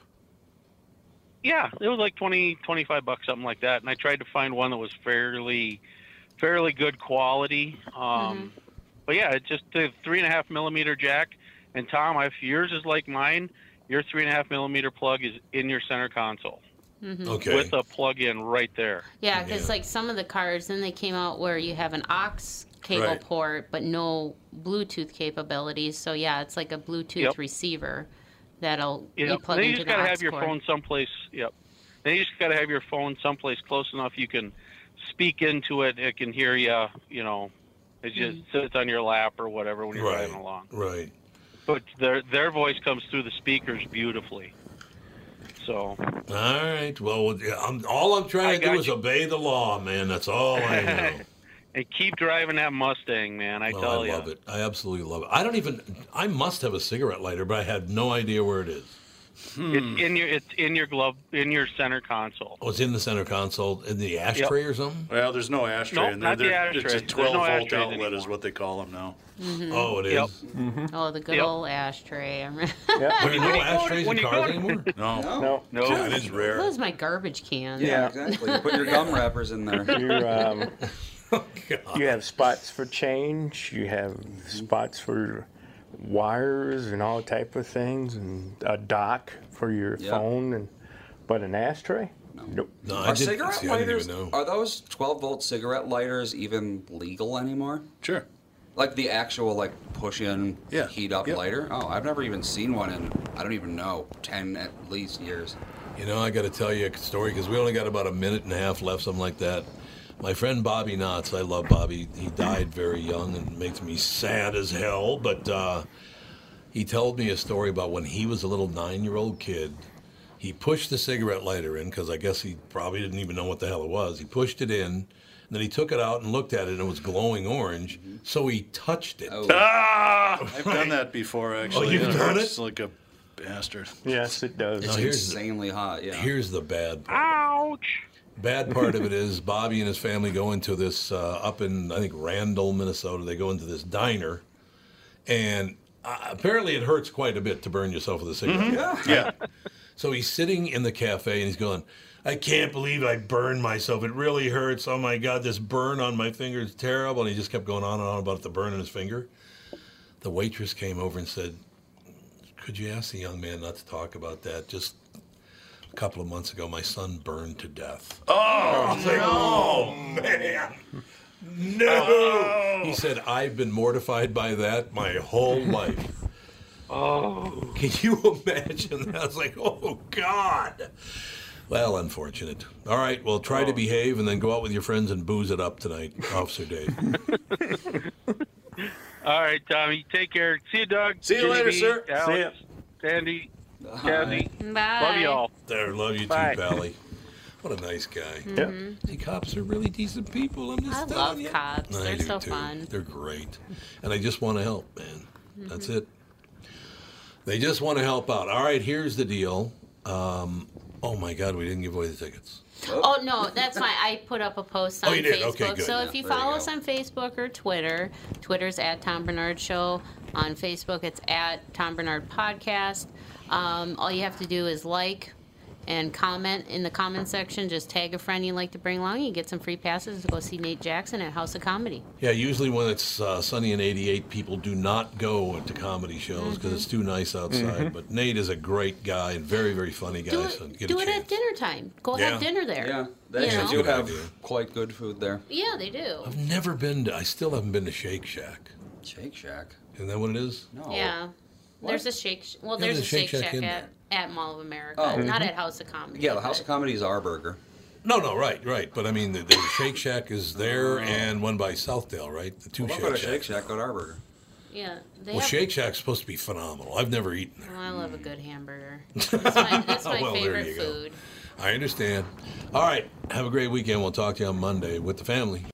S10: Yeah, it was like 20, 25 bucks, something like that. And I tried to find one that was fairly, fairly good quality. Um, But yeah, it's just a three and a half millimeter jack. And Tom, if yours is like mine, your three and a half millimeter plug is in your center console
S4: Mhm.
S10: with a plug-in right there.
S4: Yeah, because like some of the cars, then they came out where you have an aux cable
S10: Right.
S4: port, but no Bluetooth capabilities. So yeah, it's like a Bluetooth
S10: Yep.
S4: receiver that'll
S10: Yeah,
S4: be plugged
S10: then you
S4: into
S10: just
S4: the
S10: gotta
S4: aux
S10: have your
S4: cord.
S10: phone someplace. Yep. Then you just gotta have your phone someplace close enough you can speak into it. It can hear you. You know, it just
S4: Mm.
S10: sits on your lap or whatever when you're riding along.
S1: Right.
S10: But their their voice comes through the speakers beautifully. So.
S1: All right. Well, yeah, I'm, all I'm trying to do
S10: got
S1: is obey the law, man. That's all Oh, I know.
S10: and keep driving that Mustang, man. I
S1: Oh,
S10: tell
S1: I
S10: you.
S1: love it. I absolutely love it. I don't even. I must have a cigarette lighter, but I had no idea where it is.
S4: Hmm.
S10: It's in your it's in your glove in your center console.
S1: Oh, it's in the center console in the ashtray or something.
S5: Well, there's no ashtray
S10: Nope,
S5: in there.
S10: not the
S5: They're-
S10: ashtray.
S5: It's a
S10: There's no
S5: 12 volt
S10: ashtrays
S5: outlet, is what they call them now.
S4: Mhm.
S1: Oh, it is.
S10: Yep.
S3: Mm-hmm.
S4: Oh, the good
S10: Yep.
S4: old ashtray. I'm
S5: There's
S10: When
S5: no
S10: you go to-
S5: ashtrays
S10: when
S5: in
S10: you go
S5: cars
S10: to-
S5: anymore? No.
S10: No. No.
S5: That is rare.
S4: Those my garbage cans.
S3: Yeah, exactly. You put your gum wrappers in there.
S2: You're, um, you have spots for change. You have spots for wires and all type of things, and a dock for your
S3: Yeah.
S2: phone. And but an ashtray? Nope.
S3: are cigarette lighters? Are those 12 volt cigarette lighters even legal anymore?
S5: Sure.
S3: Like the actual like push in
S5: Yeah,
S3: heat up
S5: yeah.
S3: lighter? Oh, I've never even seen one in I don't even know 10 at least years.
S1: You know, I got to tell you a story because we only got about a minute and a half left, something like that. My friend Bobby Knotts, I love Bobby. He died very young and makes me sad as hell. But uh, he told me a story about when he was a little nine year old kid. He pushed the cigarette lighter in because I guess he probably didn't even know what the hell it was. He pushed it in, and then he took it out and looked at it, and it was glowing orange. So he touched it.
S3: Oh.
S5: Ah! I've done that before, actually.
S1: Oh, you've done it?
S5: It's like a bastard.
S2: Yes, it does.
S1: Now, here's the-
S3: hot, yeah.
S1: Here's the bad part.
S10: Ouch.
S1: Bad part of it is Bobby and his family go into this uh, up in I think Randall, Minnesota. They go into this diner, and uh, apparently it hurts quite a bit to burn yourself with a cigarette.
S5: Mm-hmm. Yeah.
S1: So he's sitting in the cafe and he's going, "I can't believe I burned myself. It really hurts. Oh my God, this burn on my finger is terrible." And he just kept going on and on about the burn in his finger. The waitress came over and said, "Could you ask the young man not to talk about that? Just a couple of months ago, my son burned to death."
S5: Oh,
S1: It's like, oh, man.
S10: Oh.
S1: No. He said, I've been mortified by that my whole life.
S10: Oh.
S1: Can you imagine that? I was like, oh, God. Well, unfortunate. All right, well, try
S10: Oh.
S1: to behave and then go out with your friends and booze it up tonight, Officer Dave.
S10: All right, Tommy. Take care. See you, Doug.
S5: See you later,
S10: JB,
S5: sir. See
S10: Alex, Sandy, Kathy.
S4: Bye.
S10: Love you all.
S1: There, love you too,
S10: Bye.
S1: Pally. What a nice guy.
S4: Yep. Mhm.
S1: See, cops are really decent people. I'm just
S4: I
S1: telling
S4: love
S1: you.
S4: cops.
S1: I
S4: They're
S1: do
S4: so
S1: too.
S4: fun.
S1: They're great. And I just want to help, man. That's it. They just want to help out. All right, here's the deal. Um, oh my God, we didn't give away the tickets.
S4: Oh no, that's fine. I put up a post
S1: Oh,
S4: on
S1: you did?
S4: Facebook.
S1: Okay, good.
S4: So
S1: Yeah,
S4: if you
S1: there you
S4: follow
S1: go.
S4: us on Facebook or Twitter, Twitter's at Tom Bernard Show. On Facebook, it's at Tom Bernard Podcast. Um, all you have to do is like and comment in the comment section. Just tag a friend you'd like to bring along. You get some free passes to go see Nate Jackson at House of Comedy.
S1: Yeah, usually when it's uh, sunny in '88, people do not go to comedy shows because it's
S4: Mm-hmm.
S1: too nice outside.
S4: Mhm.
S1: But Nate is a great guy and very, very funny guy.
S4: Do
S1: so
S4: it,
S1: get
S4: do
S1: a
S4: it
S1: chance.
S4: at dinner time. Go have dinner there.
S3: Yeah, they
S4: you
S3: actually
S4: know?
S3: do have quite good food there.
S4: Yeah, they do.
S1: I've never been to. I still haven't been to Shake Shack.
S3: Shake Shack.
S1: Isn't that what it is?
S3: No.
S4: Yeah.
S3: What?
S4: There's a Shake. Sh- Well,
S3: Yeah,
S4: there's a Shake Shack
S3: in
S4: at, at Mall of America,
S3: Oh.
S4: not
S3: Mhm.
S4: at House of Comedy.
S3: Yeah, the House of Comedy is our burger.
S1: No, no, right, right. But I mean, the, the Shake Shack is there, and one by Southdale, right? The two
S3: Well,
S1: Shake
S3: go to
S1: Shacks.
S3: Shake Shack, go to our burger.
S4: Yeah, they
S1: Well,
S4: have.
S1: Shake Shack's supposed to be phenomenal. I've never eaten.
S4: Oh, I love a good hamburger. That's my, that's my
S1: Oh, Well, there you
S4: favorite
S1: go.
S4: food.
S1: I understand. All right, have a great weekend. We'll talk to you on Monday with the family.